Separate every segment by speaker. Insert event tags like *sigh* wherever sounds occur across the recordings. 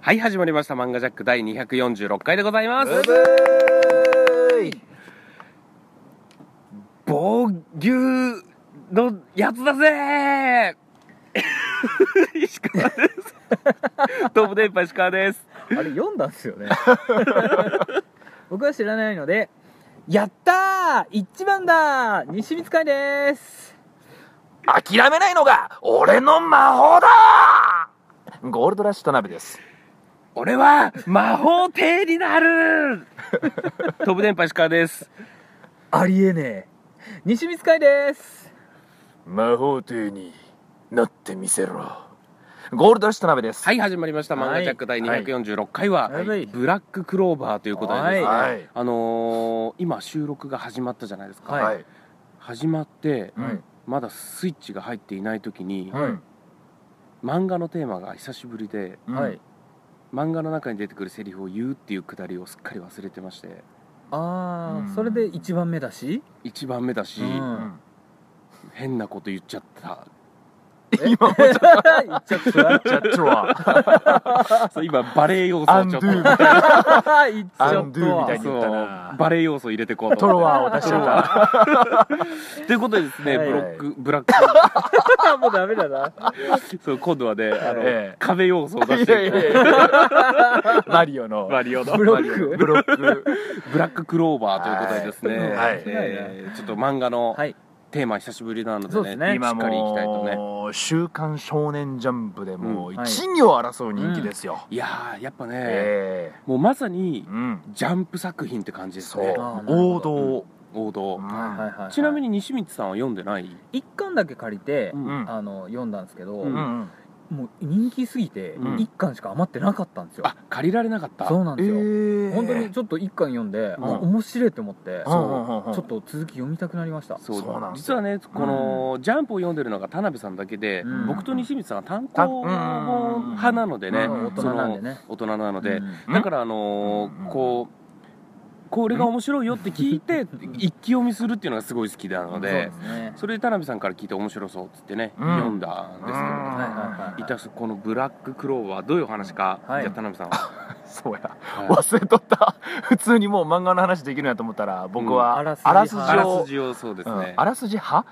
Speaker 1: はい、始まりました。漫画ジャック第246回でございます。
Speaker 2: ブー
Speaker 1: 防牛のやつだぜ *laughs* 石川です。東武電波石川です。
Speaker 3: あれ読んだんですよね *laughs* 僕は知らないので「やったー一番だー西光海です
Speaker 2: 諦めないのが俺の魔法だゴールドラッシュ田辺です
Speaker 1: 俺は魔法帝に
Speaker 3: *laughs*
Speaker 1: なる東武電波石川です。」
Speaker 3: ありえねえ西光海です
Speaker 2: 魔法帝になってみせろゴールドラッシュ田辺です
Speaker 1: はい、始まりました。漫画ジャック第246回は、
Speaker 3: はい
Speaker 1: ブラッククローバーということでですね、
Speaker 3: はい
Speaker 1: あのー今収録が始まったじゃないですか。
Speaker 3: はい
Speaker 2: はい
Speaker 1: 始まって、
Speaker 2: うん
Speaker 1: まだスイッチが入っていない時に、
Speaker 2: うん
Speaker 1: 漫画のテーマが久しぶりで
Speaker 3: はい
Speaker 1: 漫画の中に出てくるセリフを言うっていうくだりをすっかり忘れてまして
Speaker 3: あー、
Speaker 2: うん
Speaker 3: それで一番目だ *laughs* し
Speaker 1: 1番目だし、
Speaker 3: うん
Speaker 2: うん
Speaker 1: 変なこと言っちゃった
Speaker 2: 今も
Speaker 3: 言っ *laughs* ちゃった
Speaker 2: ジャッジ
Speaker 3: *laughs*
Speaker 2: は
Speaker 1: そう今バレエ要素
Speaker 2: ア
Speaker 1: を
Speaker 2: ン
Speaker 1: ち
Speaker 2: ド
Speaker 1: ょっ
Speaker 2: ゥ
Speaker 1: と *laughs*
Speaker 2: みたいな
Speaker 3: 言っちゃった
Speaker 2: アンドゥみたい
Speaker 3: な
Speaker 2: な
Speaker 1: そ
Speaker 2: 言
Speaker 1: う
Speaker 2: ったな
Speaker 1: バレエ要素入れてこう
Speaker 2: ト
Speaker 1: と
Speaker 2: ロワーを出しちゃった
Speaker 1: ということでですね、
Speaker 3: はい
Speaker 1: ブ
Speaker 3: は
Speaker 1: ロ
Speaker 2: い
Speaker 1: ックブラッ
Speaker 3: もうダメだ *laughs* な
Speaker 1: ク *laughs* そう今度はねあの、
Speaker 2: ええ
Speaker 1: 壁要素を出し
Speaker 2: いや
Speaker 1: て
Speaker 2: い
Speaker 1: いこう
Speaker 2: やいやマリオの
Speaker 1: マリオの
Speaker 3: ブロック
Speaker 2: ブロック
Speaker 1: ブラッククローバーということでですね、
Speaker 2: はいはい
Speaker 1: えーちょっと漫画の
Speaker 3: はい
Speaker 1: テーマ久しぶりなの
Speaker 3: そ
Speaker 1: で
Speaker 3: う
Speaker 1: ね
Speaker 3: ですね
Speaker 1: しっ
Speaker 2: 今
Speaker 1: かりいきたいとね
Speaker 2: もう「週刊少年ジャンプ」でもう
Speaker 3: うんはい
Speaker 2: 一二を争う人気ですよ、
Speaker 1: いやーやっぱね、
Speaker 2: え
Speaker 1: もうまさに
Speaker 2: えうん
Speaker 1: ジャンプ作品って感じです
Speaker 2: そう
Speaker 1: ね
Speaker 3: あーなる
Speaker 2: 王道
Speaker 3: ほど、
Speaker 1: 王道、
Speaker 2: うん
Speaker 3: はいはいはい、
Speaker 1: ちなみ
Speaker 3: に
Speaker 1: に西光さんは読んでない、
Speaker 3: 一巻だけ借りて、
Speaker 1: うん
Speaker 2: うん
Speaker 3: あの読んだんですけど、
Speaker 1: うん
Speaker 2: うん
Speaker 3: もう人気すぎて
Speaker 2: うん
Speaker 3: 一巻しか余ってなかったんですよ、
Speaker 1: あ借りられなかった
Speaker 3: そうなん
Speaker 2: え
Speaker 3: ですよ、
Speaker 2: ー
Speaker 3: 本当にちょっと一巻読んで、
Speaker 2: うん
Speaker 3: あ面白いと思って、
Speaker 2: うんうんうん
Speaker 3: ちょっと続き読みたくなりました
Speaker 1: そう
Speaker 2: そうなんです
Speaker 1: 実
Speaker 2: よ
Speaker 1: はねこの、ジャンプを読んでるのが田辺さんだけで、
Speaker 3: うん
Speaker 1: 僕と西光さんは単行本派なのでね、
Speaker 2: うん
Speaker 3: 大人なんでね
Speaker 1: 大人なので、
Speaker 3: うん
Speaker 1: だからあのー
Speaker 2: うん
Speaker 1: こうこれが面白いよって聞いて一気読みするっていうのがすごい好きなので、
Speaker 3: そうですね
Speaker 1: それで田辺さんから聞いて面白そうっつってね、
Speaker 2: うん
Speaker 1: 読んだんですけど、
Speaker 2: うん
Speaker 3: はいはいはい
Speaker 1: いたしこのブラッククローはどういうお話か、
Speaker 3: はい
Speaker 1: じゃあ田辺さんは、
Speaker 2: そうや
Speaker 1: はい
Speaker 2: 忘れとった *laughs* 普通にもう漫画の話できるんやと思ったら僕は
Speaker 3: うん
Speaker 2: あらすじ
Speaker 1: あら
Speaker 2: を
Speaker 1: すじをそうです
Speaker 2: うん
Speaker 1: ね、
Speaker 2: あらすじ派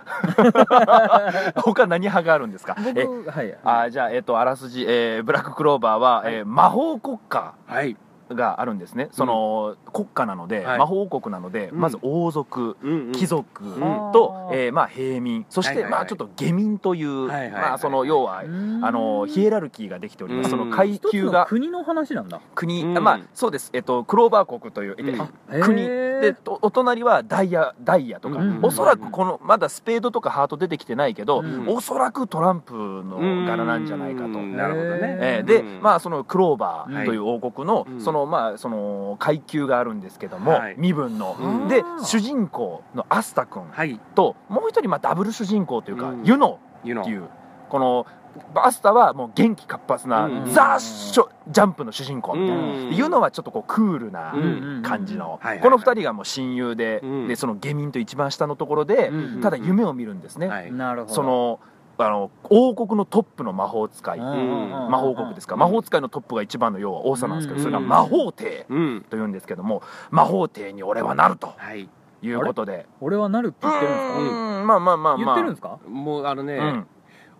Speaker 2: 他何派があるんですかえ
Speaker 3: 僕はい
Speaker 2: あーじゃあえっとあらすじえーブラッククローバーはえー魔法国家
Speaker 1: はい、
Speaker 2: があるんですねその国家なので
Speaker 1: はい
Speaker 2: 魔法王国なので
Speaker 1: うん
Speaker 2: まず王族
Speaker 1: うんうん
Speaker 2: 貴族
Speaker 1: ん
Speaker 2: と
Speaker 3: あー
Speaker 2: えーまあ平民そし
Speaker 1: はい
Speaker 2: て
Speaker 1: はいはい
Speaker 2: まあちょっと下民という
Speaker 1: はいはいはい
Speaker 2: まあその要はあのヒエラルキーができております、
Speaker 1: うん
Speaker 2: その階
Speaker 3: 一つ
Speaker 2: 級
Speaker 3: の
Speaker 2: が
Speaker 3: 国の話なんだ
Speaker 2: 国、
Speaker 1: うん
Speaker 2: あまあそうです、えっと、クローバー国という、えっと
Speaker 1: うん
Speaker 2: 国
Speaker 3: へー
Speaker 2: でとお隣はダイヤダイヤとか、
Speaker 3: うん
Speaker 2: おそらくこのまだスペードとかハート出てきてないけど、
Speaker 3: うん
Speaker 2: おそらくトランプの柄なんじゃないかと。
Speaker 1: うんなるほどね、
Speaker 2: え
Speaker 3: う
Speaker 2: ー
Speaker 3: ん
Speaker 2: で、
Speaker 1: うん
Speaker 2: まあ、そのクローバ
Speaker 1: は
Speaker 2: ー
Speaker 1: い
Speaker 2: という王国の、
Speaker 1: うん
Speaker 2: そのまあその階級があるんですけども、
Speaker 1: はい
Speaker 2: 身分の、
Speaker 1: うん
Speaker 2: で主人公のアスタ君
Speaker 1: はい
Speaker 2: ともう一人まあダブル主人公というか、
Speaker 1: うん
Speaker 2: ユノ
Speaker 1: ユ
Speaker 2: っ
Speaker 1: ノ
Speaker 2: ていうこのバスタはもう元気活発な、
Speaker 1: うん
Speaker 2: ザショジャンプの主人公みたいな、
Speaker 1: うん
Speaker 2: でユノはちょっとこうクールな
Speaker 1: うん
Speaker 2: 感じの、
Speaker 1: うんはいはいはい
Speaker 2: この2人がもう親友で,、
Speaker 1: うん
Speaker 2: でその下民と一番下のところで、
Speaker 3: うん
Speaker 2: ただ夢を見るんですね、
Speaker 1: はい
Speaker 3: なるほど
Speaker 2: そのあの王国のトップの魔法使い、
Speaker 3: うん
Speaker 1: うん
Speaker 2: 魔法国ですか、魔法使いのトップが一番の要は王様なんですけど、
Speaker 1: うん
Speaker 2: それが魔法帝
Speaker 1: うん
Speaker 2: というんですけども魔法帝に俺はなると
Speaker 1: はい
Speaker 2: いうことで
Speaker 3: 俺はなるって言ってるんですか
Speaker 2: うんまあまあまあま
Speaker 3: 言っ
Speaker 2: あ
Speaker 3: てるんですか
Speaker 1: もうあのね、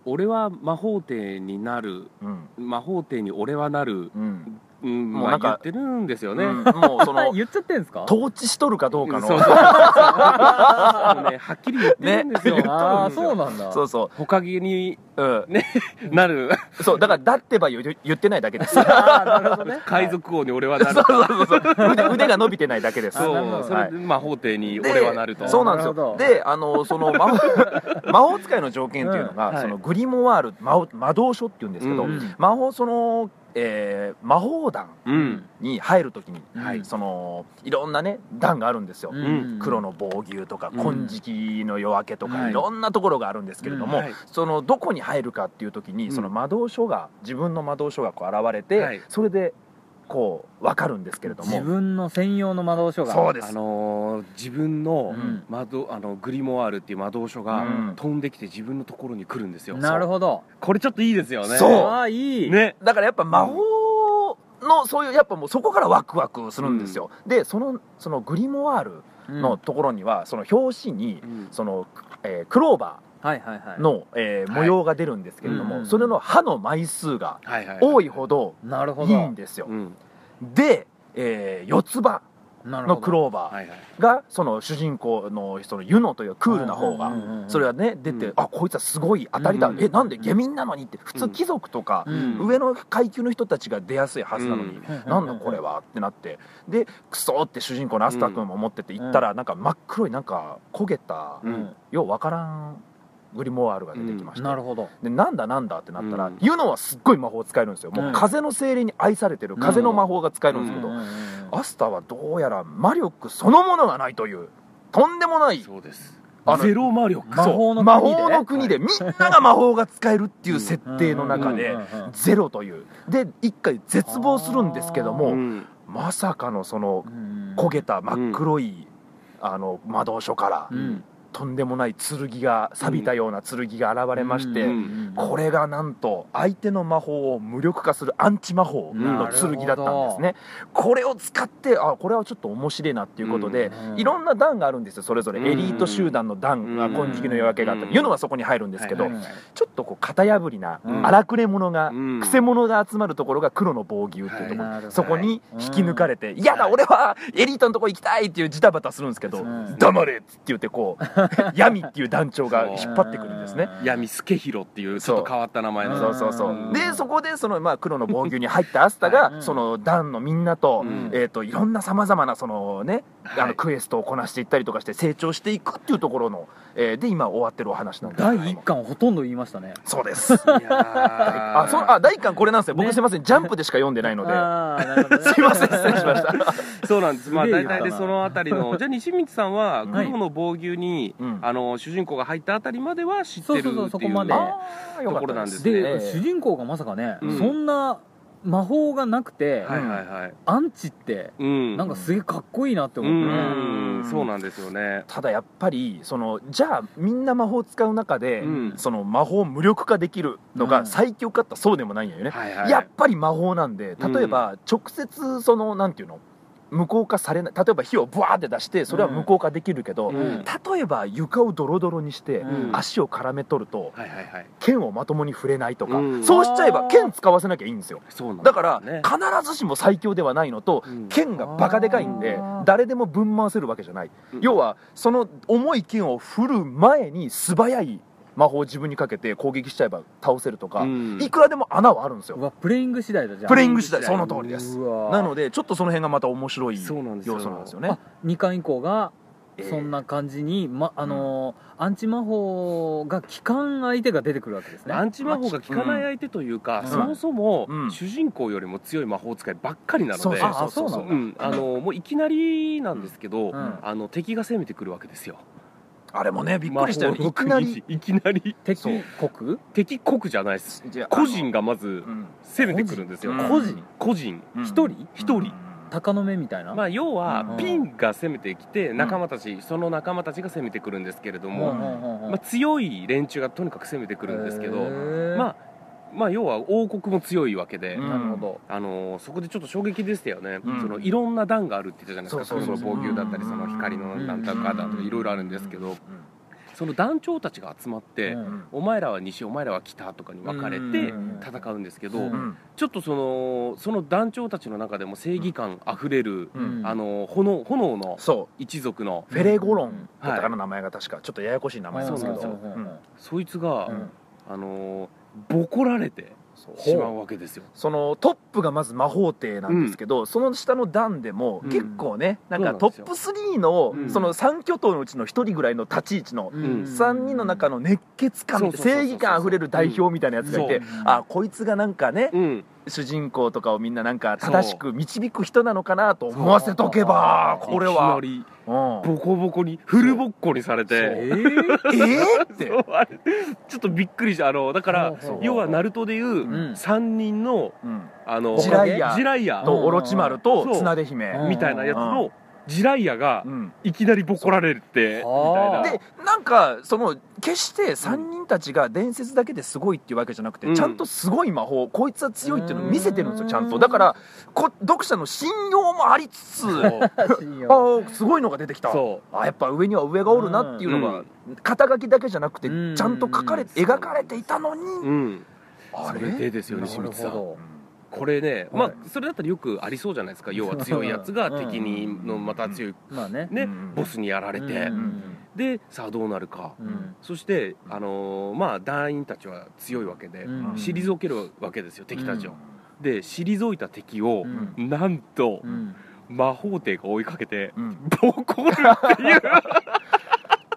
Speaker 1: 俺は魔法帝になる
Speaker 2: うん
Speaker 1: 魔法帝に俺はなる、
Speaker 2: うんうん
Speaker 1: うん、
Speaker 2: もうな
Speaker 1: まあ
Speaker 2: ん
Speaker 1: 言っ
Speaker 2: か
Speaker 1: てるんですよね、
Speaker 2: うんもうそ
Speaker 1: *laughs*
Speaker 2: の
Speaker 3: 言っちゃってんですか
Speaker 2: 統治しとるかどうかの
Speaker 1: そう *laughs* そうそうあのねはっきり言ってるんですよ、
Speaker 2: ね
Speaker 3: ああそう
Speaker 1: う
Speaker 3: なんだ
Speaker 2: そうそ
Speaker 1: ほかげに
Speaker 2: う、うん、
Speaker 1: なる
Speaker 2: そうだからだってば言う言ってないだけですそう
Speaker 3: あーなるほどね
Speaker 1: 海賊王に俺は *laughs* な
Speaker 2: *laughs*
Speaker 1: る、
Speaker 2: そうそうそう腕腕が伸びてないだけです
Speaker 3: あ
Speaker 1: そ
Speaker 3: なるほ
Speaker 1: う
Speaker 3: ど
Speaker 1: それで魔法帝に俺はなると
Speaker 3: で
Speaker 2: そうなんです
Speaker 3: なる
Speaker 2: よ
Speaker 3: ほど
Speaker 2: であのその魔
Speaker 1: *laughs*
Speaker 2: 法魔法使いの条件っていうのが、
Speaker 1: うんはい
Speaker 2: そのグリモワール魔王魔導書っていうんですけど、
Speaker 1: うん
Speaker 2: 魔法その、えー魔法団
Speaker 1: う
Speaker 3: うん
Speaker 2: に入るときに、
Speaker 1: はい
Speaker 2: そのいろんなね団があるんですよ、
Speaker 1: ん
Speaker 2: 黒の防牛とか
Speaker 1: うん
Speaker 2: 金色の夜明けとか、
Speaker 1: はい
Speaker 2: いろんなところがあるんですけれども、
Speaker 3: う
Speaker 1: はい
Speaker 2: そのどこに入るかっていう時に、
Speaker 1: うん
Speaker 2: その魔導書が自分の魔導書がこう現れて、
Speaker 1: はい
Speaker 2: それでこう分かるんですけれども
Speaker 3: 自分の専用の魔導書が
Speaker 2: そうで
Speaker 1: あ
Speaker 2: す、
Speaker 1: のー自分の
Speaker 2: うん
Speaker 1: 魔導あのグリモワールっていう魔導書が
Speaker 2: うん
Speaker 1: 飛んできて自分のところに来るんですよ
Speaker 3: なるほど
Speaker 1: これちょっといいですよね
Speaker 2: そう
Speaker 3: ああいい
Speaker 1: ね
Speaker 2: だからやっぱ魔法のそういうやっぱもうそこからワクワクするんですよ、でそのそのグリモワール
Speaker 3: うん
Speaker 2: のところには、その表紙に
Speaker 1: うん
Speaker 2: その、えークローバ
Speaker 3: はいはいはい
Speaker 2: ーの、えー
Speaker 1: は
Speaker 2: 模
Speaker 1: い
Speaker 2: 様が出るんですけれども、
Speaker 3: うん
Speaker 2: それの歯の枚数が
Speaker 1: はいはい
Speaker 2: 多いほど
Speaker 3: なるほ
Speaker 2: い
Speaker 3: ど
Speaker 2: いんですよ、
Speaker 1: うん
Speaker 2: で、えー四つ葉
Speaker 3: なるほ
Speaker 2: の
Speaker 3: ど
Speaker 2: クローバ
Speaker 1: はいはい
Speaker 2: ーがその主人公のそのユノというクールな方
Speaker 3: うんうん
Speaker 2: が
Speaker 3: うんうん
Speaker 2: それはね出て、
Speaker 1: うん
Speaker 2: あこいつはすごい当たりだ、
Speaker 1: うん
Speaker 2: えなんで下民なのにって普通貴族とか
Speaker 3: う、ん
Speaker 2: 上の階級の人たちが出やすいはずなのに、
Speaker 1: うん
Speaker 2: なんだこれはってなってでクソって主人公のアスタ君も思ってて行ったらなんか真っ黒いなんか焦げた、
Speaker 1: うん
Speaker 2: ようわからんグリモワールが出てきました、
Speaker 3: なるほど
Speaker 2: でなんだなんだってなったら、
Speaker 1: うん
Speaker 2: ユノはすっごい魔法使えるんですよもう風の精霊に愛されてる風の魔法が使えるんですけど、
Speaker 3: うんうんうん
Speaker 2: アスタはどうやら魔力そのものがないというとんでもない
Speaker 1: そうです
Speaker 2: あの
Speaker 1: ゼロ魔力
Speaker 3: 魔法の
Speaker 2: 魔
Speaker 3: 国で
Speaker 2: 法の国でみんなが魔法が使えるっていう設定の中で、
Speaker 3: うんうんうんうん
Speaker 2: ゼロというで一回絶望するんですけども、
Speaker 1: うん
Speaker 2: まさかのその
Speaker 3: うん
Speaker 2: 焦げた真っ黒い、あの魔導書から、
Speaker 3: うん
Speaker 2: とんでもない剣が錆びたような剣が現れまして、
Speaker 1: うん
Speaker 2: これがなんと相手の魔法を無力化するアンチ魔法の剣だったんですねこれを使ってあこれはちょっと面白いなっていうことで、
Speaker 3: うん
Speaker 2: いろんな段があるんですよそれぞ
Speaker 1: うん
Speaker 2: れエリート集団の段が
Speaker 1: うん
Speaker 2: 金色の夜明けがあった
Speaker 1: う
Speaker 2: り
Speaker 1: ん
Speaker 2: いうのはそこに入るんですけど、
Speaker 1: は
Speaker 3: うんうん
Speaker 2: ちょっとこう型破りな
Speaker 3: うん
Speaker 2: 荒くれ者が、
Speaker 1: うん
Speaker 2: くせ者が集まるところが黒の防御っていうところ、
Speaker 3: はい
Speaker 2: そこに引き抜かれて「いやだ俺はエリートのとこ行きたい!」っていうジタバタするんですけど
Speaker 3: うん
Speaker 2: 「黙れ!」って言ってこ
Speaker 3: *laughs*
Speaker 2: う闇っていう団長が引っ張ってくるんですね。
Speaker 1: 闇助弘っていうちょっと変わった名前
Speaker 3: うん
Speaker 1: の
Speaker 2: そうそうそううんでそこでその、まあ、黒の防御に入ったアスタ
Speaker 3: は
Speaker 2: が
Speaker 3: い
Speaker 2: その団のみんなと,、
Speaker 1: うん
Speaker 2: えー、といろんなさまざまなその、ねあ
Speaker 1: は
Speaker 2: の
Speaker 1: い
Speaker 2: クエストをこなしていったりとかして成長していくっていうところの、えーで今終わってるお話なんですけど
Speaker 3: 第一巻をほとんど言いましたね
Speaker 2: そうです
Speaker 1: いやー
Speaker 2: あそうあ第1巻これなんですよ僕
Speaker 3: ね
Speaker 2: すいませんジャンプでしか読んでないので
Speaker 3: あーなるほど
Speaker 2: *laughs*
Speaker 3: ね
Speaker 2: すいません失礼しました、
Speaker 1: そうなんです。まあ
Speaker 3: すげえ
Speaker 1: 大
Speaker 3: よ
Speaker 1: 体でそのあたりのじゃあ西光さんは
Speaker 2: うん
Speaker 1: 黒の防御に、
Speaker 2: うん
Speaker 1: あの主人公が入ったあたりまでは知って
Speaker 3: そう
Speaker 1: るっ
Speaker 3: そ
Speaker 1: ていうう
Speaker 3: そうそこまで
Speaker 1: あ
Speaker 2: ーよかった
Speaker 1: ところなんですね
Speaker 2: え
Speaker 3: で
Speaker 2: え
Speaker 3: 主人公がまさかね
Speaker 1: うん
Speaker 3: そんな魔法がなくて
Speaker 1: はいはいはい。
Speaker 3: アンチって
Speaker 1: うん。
Speaker 3: なんかすげえかっこいいなって
Speaker 1: う
Speaker 3: 思ってね
Speaker 1: んそうなんですよね。
Speaker 2: ただやっぱりそのじゃあみんな魔法使う中で、
Speaker 1: うん
Speaker 2: その魔法を無力化できるの
Speaker 3: うん
Speaker 2: が最強かったらそうでもないんだよね、
Speaker 1: はいはい。
Speaker 2: やっぱり魔法なんで例えば直接そのなんていうの無効化されない例えば火をブワーって出してそれは無効化できるけど、
Speaker 1: うん
Speaker 2: 例えば床をドロドロにして、
Speaker 3: うん
Speaker 2: 足を絡め取ると
Speaker 1: はいはいはい。
Speaker 2: 剣をまともに触れないとか、
Speaker 1: うん
Speaker 2: そうしちゃえば剣使わせなきゃいいんですよ
Speaker 1: そうなん
Speaker 2: だから
Speaker 1: ね
Speaker 2: 必ずしも最強ではないのと
Speaker 1: うん
Speaker 2: 剣がバカでかいんで
Speaker 3: あー
Speaker 2: 誰でもぶん回せるわけじゃない要はその重い剣を振る前に素早い魔法を自分にかけて攻撃しちゃえば倒せるとか、
Speaker 1: うん
Speaker 2: いくらでも穴はあるんですよ
Speaker 3: うわプレイング次第だじゃん
Speaker 2: プレイング次第その通りです
Speaker 3: うわ
Speaker 2: なのでちょっとその辺がまた面白い
Speaker 1: そうなんですよ
Speaker 2: 要素なんですよね
Speaker 3: あ2巻以降が
Speaker 2: えー
Speaker 3: そんな感じに、まあのーアンチ魔法が効かん相手が出てくるわけですね
Speaker 1: アンチ魔法が効かない相手というか、
Speaker 3: うん
Speaker 1: そもそも
Speaker 2: うん
Speaker 1: 主人公よりも強い魔法使いばっかりなので、
Speaker 2: そうそうそう
Speaker 3: あ
Speaker 2: そ
Speaker 3: そうう
Speaker 1: う
Speaker 3: なん
Speaker 1: ん、あのもういきなりなんですけど、
Speaker 3: ん
Speaker 1: あの敵が攻めてくるわけですよ
Speaker 2: あれもねびっくりしたよね
Speaker 1: 魔
Speaker 2: い
Speaker 1: 法
Speaker 2: き
Speaker 1: の
Speaker 2: な
Speaker 1: 国
Speaker 2: り
Speaker 1: いきなり
Speaker 3: 敵
Speaker 2: そう
Speaker 3: 国
Speaker 1: 敵国じゃないです
Speaker 2: じゃあ
Speaker 1: 個人がま
Speaker 2: あ
Speaker 1: ず
Speaker 2: のうん
Speaker 1: 攻めてくるんですよ
Speaker 2: うん
Speaker 3: 個人
Speaker 1: 個人
Speaker 2: うん
Speaker 3: 一人
Speaker 2: うん
Speaker 1: 一人
Speaker 3: 鷹の目みたいな、
Speaker 1: まあ要
Speaker 2: う
Speaker 1: は
Speaker 2: ん
Speaker 1: ピンが攻めてきて仲間たちその仲間たちが攻めてくるんですけれど
Speaker 3: うんうん
Speaker 1: も、
Speaker 3: うんうん
Speaker 1: まあ、強い連中がとにかく攻めてくるんですけ
Speaker 3: へ
Speaker 1: ど
Speaker 3: ー
Speaker 1: まあまあ要は王国も強いわけで、
Speaker 2: うん
Speaker 3: なるほど、
Speaker 1: あのーそこでちょっと衝撃でしたよね、
Speaker 2: うん
Speaker 1: そのいろんな段があるって言ったじゃないですか
Speaker 2: そうそうそう
Speaker 1: 黒の防御だったり
Speaker 2: うん
Speaker 1: その光のなんとかだとかいろいろあるんですけどその団長たちが集まって、
Speaker 3: うん
Speaker 1: お前らは西お前らは北とかに分かれて
Speaker 2: うん
Speaker 1: 戦うんですけど、
Speaker 3: うん
Speaker 2: うん
Speaker 1: ちょっとそのその団長たちの中でも正義感あふれる、
Speaker 2: うん
Speaker 1: あのー炎炎の
Speaker 2: そ
Speaker 1: 一族の
Speaker 2: うフェレゴロンだったかな名前が確かちょっとややこしい名前なんですけど
Speaker 1: そう
Speaker 3: うんうんうん
Speaker 1: そいつが、
Speaker 3: うん
Speaker 1: あのーボコられて
Speaker 2: そう
Speaker 1: しまうわけですよ。
Speaker 2: そのトップがまず魔法帝なんですけど、その下の段でも
Speaker 1: うん
Speaker 2: 結構ね、
Speaker 1: そう
Speaker 2: な
Speaker 1: なんん
Speaker 2: かト
Speaker 1: です
Speaker 2: ッ
Speaker 1: よ
Speaker 2: プ3の
Speaker 1: うん
Speaker 2: その3巨頭のうちの1人ぐらいの立ち位置の
Speaker 1: んうん
Speaker 2: 3人の中の熱血感みたいな
Speaker 1: そうそうそうそう
Speaker 2: 正義感あふれる代表みたいなやつがいて、
Speaker 1: うん
Speaker 3: そう
Speaker 2: あこいつがなんかね、
Speaker 1: うん、
Speaker 2: 主人公とかをみんななんか正しく導く人なのかなと思わせとけば
Speaker 3: そう
Speaker 2: これはい
Speaker 1: きなり
Speaker 2: うん
Speaker 1: ボコボコにフルボッコにされ
Speaker 3: え
Speaker 1: て
Speaker 3: ー
Speaker 2: えーって
Speaker 1: *laughs* そうあれちょっとびっくりしたあのだから
Speaker 3: そう
Speaker 1: 要はナルトでいう
Speaker 3: うん
Speaker 1: 3人の
Speaker 2: うん
Speaker 1: あの
Speaker 2: ジライヤ
Speaker 1: ジライヤ
Speaker 2: とオロチマルと
Speaker 1: そう
Speaker 2: 綱手姫
Speaker 3: うん
Speaker 1: みたいなやつのジライアが
Speaker 2: うん
Speaker 1: いきなりボコられるってみ
Speaker 3: あ
Speaker 1: たい
Speaker 2: でなんかその決して3人たちが伝説だけですごいっていうわけじゃなくて、
Speaker 1: うん
Speaker 2: ちゃんとすごい魔法こいつは強いっていうのを見せてるんです
Speaker 3: う
Speaker 2: よ
Speaker 3: ん
Speaker 2: ちゃんとだからこ読者の信用もありつつ
Speaker 1: な
Speaker 2: あ
Speaker 3: 信用
Speaker 2: あすごいのが出てきた
Speaker 1: そう
Speaker 2: あやっぱ上には上がおるなっていうのが、
Speaker 1: うん
Speaker 2: 肩書きだけじゃなくて
Speaker 3: うん
Speaker 2: ちゃんと書かれ描かれていたのに、
Speaker 1: うん
Speaker 2: あ
Speaker 1: そ
Speaker 2: れ
Speaker 1: れでですよ
Speaker 3: な
Speaker 1: ね
Speaker 3: る
Speaker 1: 清水さ
Speaker 3: ほ
Speaker 1: ん
Speaker 3: ど
Speaker 1: これね
Speaker 2: は
Speaker 1: ま
Speaker 2: い
Speaker 1: あそれだったらよくありそうじゃないですか要は強いや *laughs* つが敵にのまた強い
Speaker 3: まあね
Speaker 1: ね
Speaker 2: うん
Speaker 1: ボスにやられて
Speaker 3: うん
Speaker 1: でさあどうなるか
Speaker 3: うん
Speaker 1: そしてあのーまあ団員たちは強いわけで
Speaker 3: うん
Speaker 1: 退けるわけですよ敵たち
Speaker 2: う
Speaker 1: を
Speaker 2: ん
Speaker 1: で退いた敵を
Speaker 3: うん
Speaker 1: なんと
Speaker 3: うん
Speaker 1: 魔法帝が追いかけて
Speaker 2: うん
Speaker 1: ボコる *laughs* っていう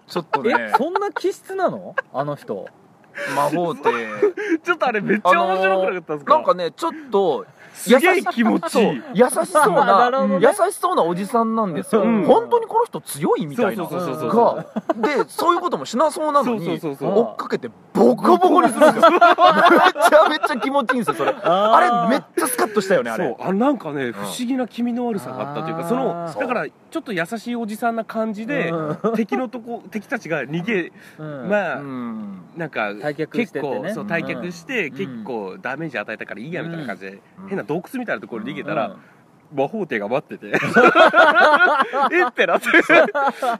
Speaker 2: ちょっと
Speaker 1: *laughs*
Speaker 2: ね
Speaker 3: えそんな気質なのあの人
Speaker 2: 魔法
Speaker 1: *laughs*
Speaker 2: って
Speaker 1: ちょっとあれめっちゃ面白くなかったです
Speaker 2: なんか
Speaker 1: か
Speaker 2: ねちょっと
Speaker 1: すげえ気持ちい
Speaker 2: そう
Speaker 1: い
Speaker 2: 優しそう
Speaker 3: な
Speaker 1: *laughs*
Speaker 2: な
Speaker 3: るほどね
Speaker 2: 優しそうなおじさんなんですよ、
Speaker 1: うん
Speaker 2: 本当にこの人強いみたいな
Speaker 1: そうそうそうそうそう
Speaker 2: がでそういうこともしなそうなのに
Speaker 1: そうそうそ
Speaker 3: そ
Speaker 1: う
Speaker 3: う
Speaker 2: 追っかけてボコボコにするんですよめちゃめちゃ気持ちいいんですよそれあれめっちゃスカッとしたよねあれ
Speaker 1: そうあなんかね不思議な気味の悪さがあったという
Speaker 3: あ
Speaker 1: か
Speaker 3: ー
Speaker 1: そのだからちょっと優しいおじさんな感じで
Speaker 3: うん
Speaker 1: 敵のとこ *laughs* 敵たちが逃げ
Speaker 3: うん
Speaker 1: まあ
Speaker 2: うん
Speaker 1: なんか
Speaker 3: 退却して
Speaker 1: 結
Speaker 3: って
Speaker 1: 構
Speaker 3: ね
Speaker 1: そう退却して
Speaker 3: うん
Speaker 1: 結構ダメージ与えたからいいやみたいな感じで
Speaker 2: うん
Speaker 1: 変な洞窟みたいなところに逃げ
Speaker 3: うん
Speaker 1: たら魔法帝が
Speaker 3: *laughs*
Speaker 1: 待っててえってなって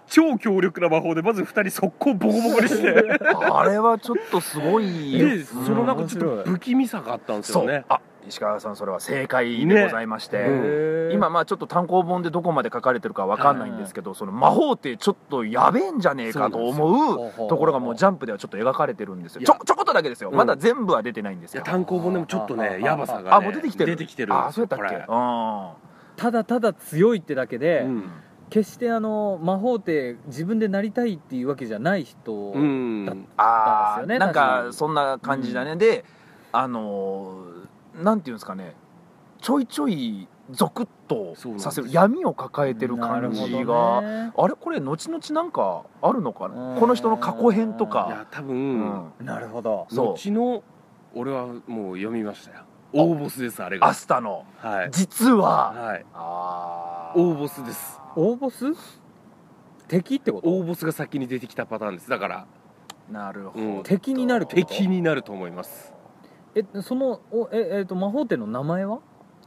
Speaker 1: 超強力な魔法でまず2人速攻ボコボコにして
Speaker 2: あれはちょっとすごい
Speaker 1: で
Speaker 2: うん
Speaker 1: そのなんかちょっと不気味さがあったんですよ
Speaker 2: そう
Speaker 1: ね
Speaker 2: あ石川さんそれは正解でございまして、
Speaker 1: ね
Speaker 3: へー
Speaker 2: 今まあちょっと単行本でどこまで書かれてるかわかんないんですけど、その魔法ってちょっとやべえんじゃねえかと思う
Speaker 3: ほうほう
Speaker 2: ところがもうジャンプではちょっと描かれてるんですよ
Speaker 1: いや
Speaker 2: ちょちょこっとだけですよ、
Speaker 1: うん
Speaker 2: まだ全部は出てないんで
Speaker 1: い
Speaker 2: す
Speaker 1: や
Speaker 2: よ
Speaker 1: 単行本でもちょっと
Speaker 3: あー
Speaker 1: ねやばさがね
Speaker 2: あもう出てきてる
Speaker 1: 出てきてる
Speaker 2: あそうやったっけ
Speaker 1: これ
Speaker 2: う
Speaker 3: ただただ強いってだけで、
Speaker 1: うん
Speaker 3: 決してあの魔法って自分でなりたいっていうわけじゃない人、
Speaker 1: うん
Speaker 3: だ
Speaker 2: んあ
Speaker 3: です
Speaker 2: あ、
Speaker 3: よね
Speaker 2: なん
Speaker 3: 確か
Speaker 2: か
Speaker 3: に
Speaker 2: そんな感じだね、であのーなんていうんですかねちょいちょいゾクッとさせる
Speaker 1: そうな
Speaker 2: 闇を抱えてる感じ
Speaker 3: なる
Speaker 2: が、
Speaker 3: ほどね
Speaker 2: あれこれ後々なんかあるのか
Speaker 3: うん
Speaker 2: なこの人の過去編と
Speaker 1: い
Speaker 2: か、
Speaker 1: や多
Speaker 2: う
Speaker 1: 分
Speaker 2: ん
Speaker 3: なるほど
Speaker 2: そう
Speaker 1: 後の俺はもう読みましたよ大ボスですあれが
Speaker 2: アスタの
Speaker 1: はい
Speaker 2: 実は、
Speaker 1: はい
Speaker 2: あー
Speaker 1: 大ボスです
Speaker 3: 大ボス敵ってこと
Speaker 1: 大ボスが先に出てきたパターンですだから
Speaker 2: なるほど、
Speaker 1: うん
Speaker 3: 敵になるってこと
Speaker 1: 敵になると思います
Speaker 3: えそのおえ、えー、と魔法帝の名前は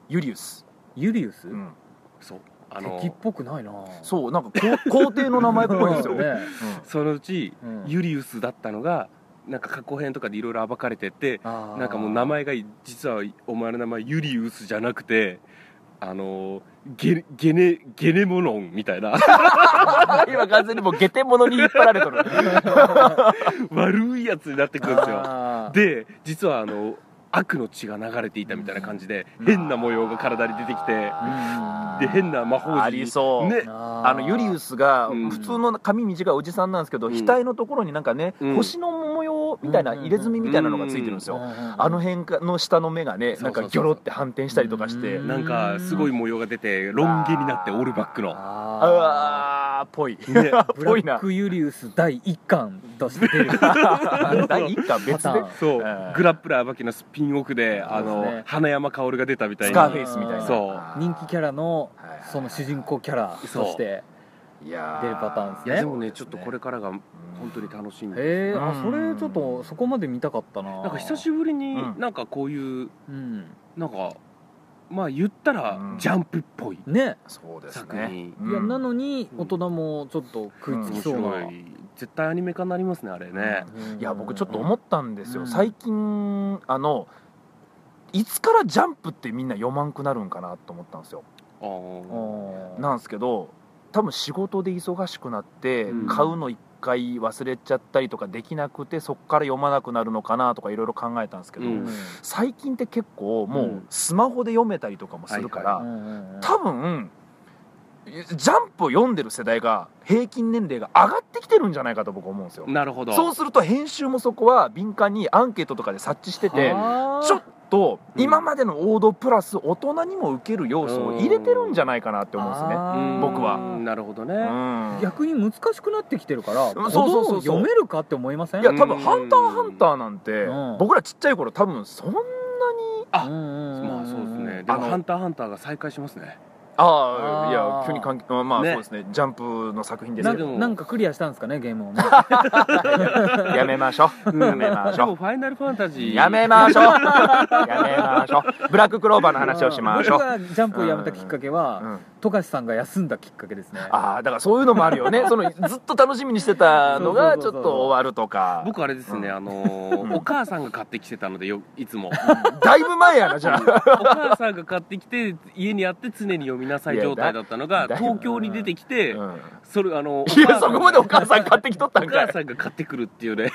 Speaker 2: ユリウス、
Speaker 3: ユリウス、
Speaker 2: うん
Speaker 1: そうあの
Speaker 3: 敵っぽくないな
Speaker 2: そうなんかこ *laughs* 皇帝の名前っぽいんですよ、*laughs*
Speaker 3: *laughs* ね
Speaker 1: そのうち
Speaker 3: うん
Speaker 1: ユリウスだったのがなんか過去編とかでいろいろ暴かれてって
Speaker 3: あー
Speaker 1: なんかもう名前が実はお前の名前ユリウスじゃなくてあのゲゲネゲネモノンみたいな
Speaker 2: うん
Speaker 1: *laughs*
Speaker 2: *laughs* 今完全にもう下手者に引っ張られて
Speaker 3: *laughs*
Speaker 2: る
Speaker 1: 悪いやつになってくるんですよ
Speaker 3: あー
Speaker 1: で実はあの悪の血が流れていたみたいな感じで変な模様が体に出てきて
Speaker 3: うん
Speaker 1: で変な魔法陣
Speaker 2: ありそう、
Speaker 1: ね
Speaker 2: あのユリウスが
Speaker 1: うん
Speaker 2: 普通の髪短いおじさんなんですけど、
Speaker 1: うん
Speaker 2: 額のところになんかね、
Speaker 1: うん
Speaker 2: 星の模様みたいな入れ墨みたいなのがついてるんですよ、あの辺かの下の目がね
Speaker 1: そ
Speaker 2: な
Speaker 1: うんそうそうそう
Speaker 2: かギョロって反転したりとかして、
Speaker 3: う
Speaker 1: なんかすごい模様が出てロン毛になってオールバックの
Speaker 3: *laughs*
Speaker 2: あ
Speaker 3: あ
Speaker 2: あーぽい
Speaker 1: ね
Speaker 3: ーブラ
Speaker 2: ぽいな *laughs*
Speaker 3: ックユリウス第1巻として出る
Speaker 2: 第一巻別
Speaker 3: パ
Speaker 2: で
Speaker 3: ターン
Speaker 1: そう
Speaker 2: えー
Speaker 1: グラップラーバキのスピンオフであ
Speaker 3: そうです
Speaker 1: の
Speaker 3: ね
Speaker 1: 花山薫が出たみたい
Speaker 2: ス
Speaker 1: な
Speaker 2: カーフェイスみたいな
Speaker 1: そう
Speaker 3: 人気キャラの
Speaker 2: はいはいはい
Speaker 3: その主人公キャラとして
Speaker 2: いやー
Speaker 3: 出るパターンです
Speaker 1: い
Speaker 3: ね
Speaker 1: やでもねちょっとこれからが本当に楽しみです
Speaker 3: へえ
Speaker 2: うん
Speaker 3: あそれちょっとそこまで見たかったな
Speaker 1: なんか久しぶりに
Speaker 2: うん
Speaker 1: なんかこういう
Speaker 3: うん
Speaker 1: なんかまあ言ったら
Speaker 2: うん
Speaker 1: ジャンプっぽい
Speaker 3: ね
Speaker 2: そうです
Speaker 1: 作
Speaker 2: ね
Speaker 1: 品
Speaker 3: いやなのに
Speaker 1: うん
Speaker 3: 大人もちょっと食いつき
Speaker 1: 面
Speaker 3: そう
Speaker 1: 白
Speaker 3: ない
Speaker 1: 絶対アニメ化になりますねあれね
Speaker 2: いや僕ちょっと思
Speaker 3: っ
Speaker 2: ったんです
Speaker 3: う
Speaker 2: よ
Speaker 3: ん
Speaker 2: 最近あのいつからジャンプってみんな読まんくなるんかなと思ったんですよ
Speaker 1: あー
Speaker 3: た
Speaker 2: なんですけど多分仕事で忙しくなって
Speaker 1: うん
Speaker 2: 買うの一回忘れちゃったりとかできなくてそっから読まなくなるのかなとかいろいろ考えたんですけど
Speaker 1: うん
Speaker 2: 最近って結構も
Speaker 1: うん
Speaker 2: うスマホで読めたりとかもするから、
Speaker 1: は
Speaker 2: 多分ジャンプを読んでる世代が平均年齢が上がってきてるんじゃないかと僕思うんですよ
Speaker 1: なるほど
Speaker 2: そうすると編集もそこは敏感にアンケートとかで察知しててちょっと
Speaker 1: うん
Speaker 2: 今までの王道プラス大人にも受ける要素を入れてるんじゃないかなって思うんですね
Speaker 1: うん
Speaker 2: 僕は
Speaker 1: なるほどね
Speaker 2: うん
Speaker 3: 逆に難しくなってきてるから
Speaker 2: う
Speaker 3: 子
Speaker 2: んそうそうそうそう
Speaker 3: 供読めるかって思いません
Speaker 2: いや多分「ハンターハンター」なんて
Speaker 3: うん
Speaker 2: 僕らちっちゃい頃多分そんなに
Speaker 1: あ
Speaker 3: うんうんんん
Speaker 1: まあそうですねで
Speaker 2: あ
Speaker 1: も
Speaker 2: の
Speaker 1: ハンターハンターが再開しますね
Speaker 2: ああい
Speaker 3: あ
Speaker 2: や
Speaker 3: ー
Speaker 2: 急に関係まあ
Speaker 1: ね
Speaker 2: そうですねジャンプの作品です
Speaker 3: な
Speaker 2: け
Speaker 1: で
Speaker 2: ど
Speaker 1: も
Speaker 3: なんかクリアしたんですかねゲームをね
Speaker 2: やめましょうやめまし
Speaker 1: でも
Speaker 2: ょ
Speaker 1: ファイナルファンタジ
Speaker 2: う
Speaker 1: ー
Speaker 2: やめましょうやめましょうブラッククローバーの *laughs* 話をしましょう
Speaker 3: 僕、がジャンプをやめたきっかけ
Speaker 2: う
Speaker 3: は
Speaker 2: ん、
Speaker 3: 富樫さんが休んだきっかけですね
Speaker 2: ああだからそういうのもあるよねそのずっと楽しみにしてたのが
Speaker 3: そう
Speaker 2: ち
Speaker 3: そ
Speaker 2: ょっ
Speaker 3: うそうそう
Speaker 2: と終わるとか
Speaker 1: 僕あれですね、
Speaker 2: うん
Speaker 1: あのーお母さんが買ってきてたの
Speaker 2: *laughs*
Speaker 1: でよいつも
Speaker 2: だいぶ前やなじゃあ
Speaker 1: お母さんが買ってきて家にあって常に読みなさい状態だったの
Speaker 2: い
Speaker 1: が
Speaker 2: やだだいぶ
Speaker 1: 東京に出てきて、
Speaker 2: うん
Speaker 1: それあの
Speaker 2: いやそこまでお
Speaker 1: お
Speaker 2: 母さん買ってきとったんか
Speaker 1: 母
Speaker 2: い
Speaker 1: さんが買ってくるっていうね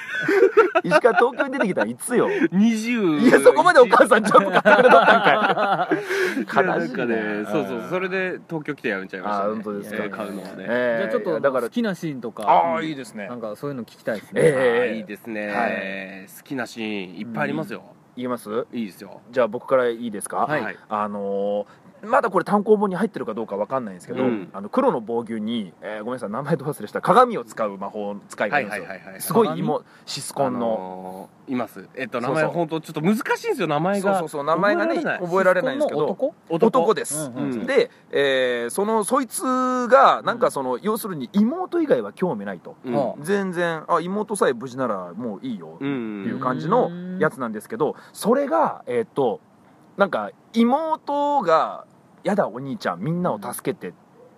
Speaker 2: 石川東京に出てきたらいつよ
Speaker 1: 20
Speaker 2: いやそこまでお母さんジャンプ買ってくれとったんかい
Speaker 1: いやなんかね
Speaker 2: 悲しいな
Speaker 1: そうそうそれで東京来てやめちゃいました、ね、
Speaker 2: あ本当です
Speaker 3: か
Speaker 1: えー買うのはね、
Speaker 2: えー
Speaker 3: じゃあちょっと
Speaker 2: だから
Speaker 3: 好きなシーンと
Speaker 2: あ
Speaker 3: か
Speaker 2: あいいですね
Speaker 3: なんかそういうの聞きたいです
Speaker 2: ええ
Speaker 3: ね
Speaker 1: あーいいですね、好きなシーンいっぱいありますよ、
Speaker 2: 言います
Speaker 1: いいですよ
Speaker 2: じゃあ僕からいいですか、
Speaker 3: はい
Speaker 2: あのーまだこれ単行本に入ってるかどうかわかんないんですけど、
Speaker 1: うん
Speaker 2: あの黒の防御に、えーごめんなさい名前どう忘れした鏡を使う魔法使いが
Speaker 1: はいい
Speaker 2: るん
Speaker 1: は
Speaker 2: です
Speaker 1: い
Speaker 2: よ、
Speaker 1: はいはい
Speaker 2: すごい
Speaker 3: 鏡
Speaker 2: 芋シスコ
Speaker 1: あ
Speaker 2: ンの、
Speaker 1: のーいますえっと
Speaker 2: そ
Speaker 1: 名
Speaker 2: うそう
Speaker 1: 前本当ちょっと難しいんですよ名前
Speaker 2: そう
Speaker 1: が
Speaker 2: そうそう名前がね
Speaker 1: 覚えられない
Speaker 2: 覚えられないんですけど
Speaker 3: そこ
Speaker 2: 男
Speaker 1: 男
Speaker 2: です、
Speaker 3: うん
Speaker 1: うん
Speaker 2: で、えーそのそいつがなんかその、要するに妹以外は興味ないと
Speaker 1: うん
Speaker 3: は
Speaker 2: 全然あ妹さえ無事ならもういいよ
Speaker 1: う
Speaker 2: っていうん感じのやつなんですけどそれがえーっ、となんか妹が「やだお兄ちゃんみんなを助けて」っ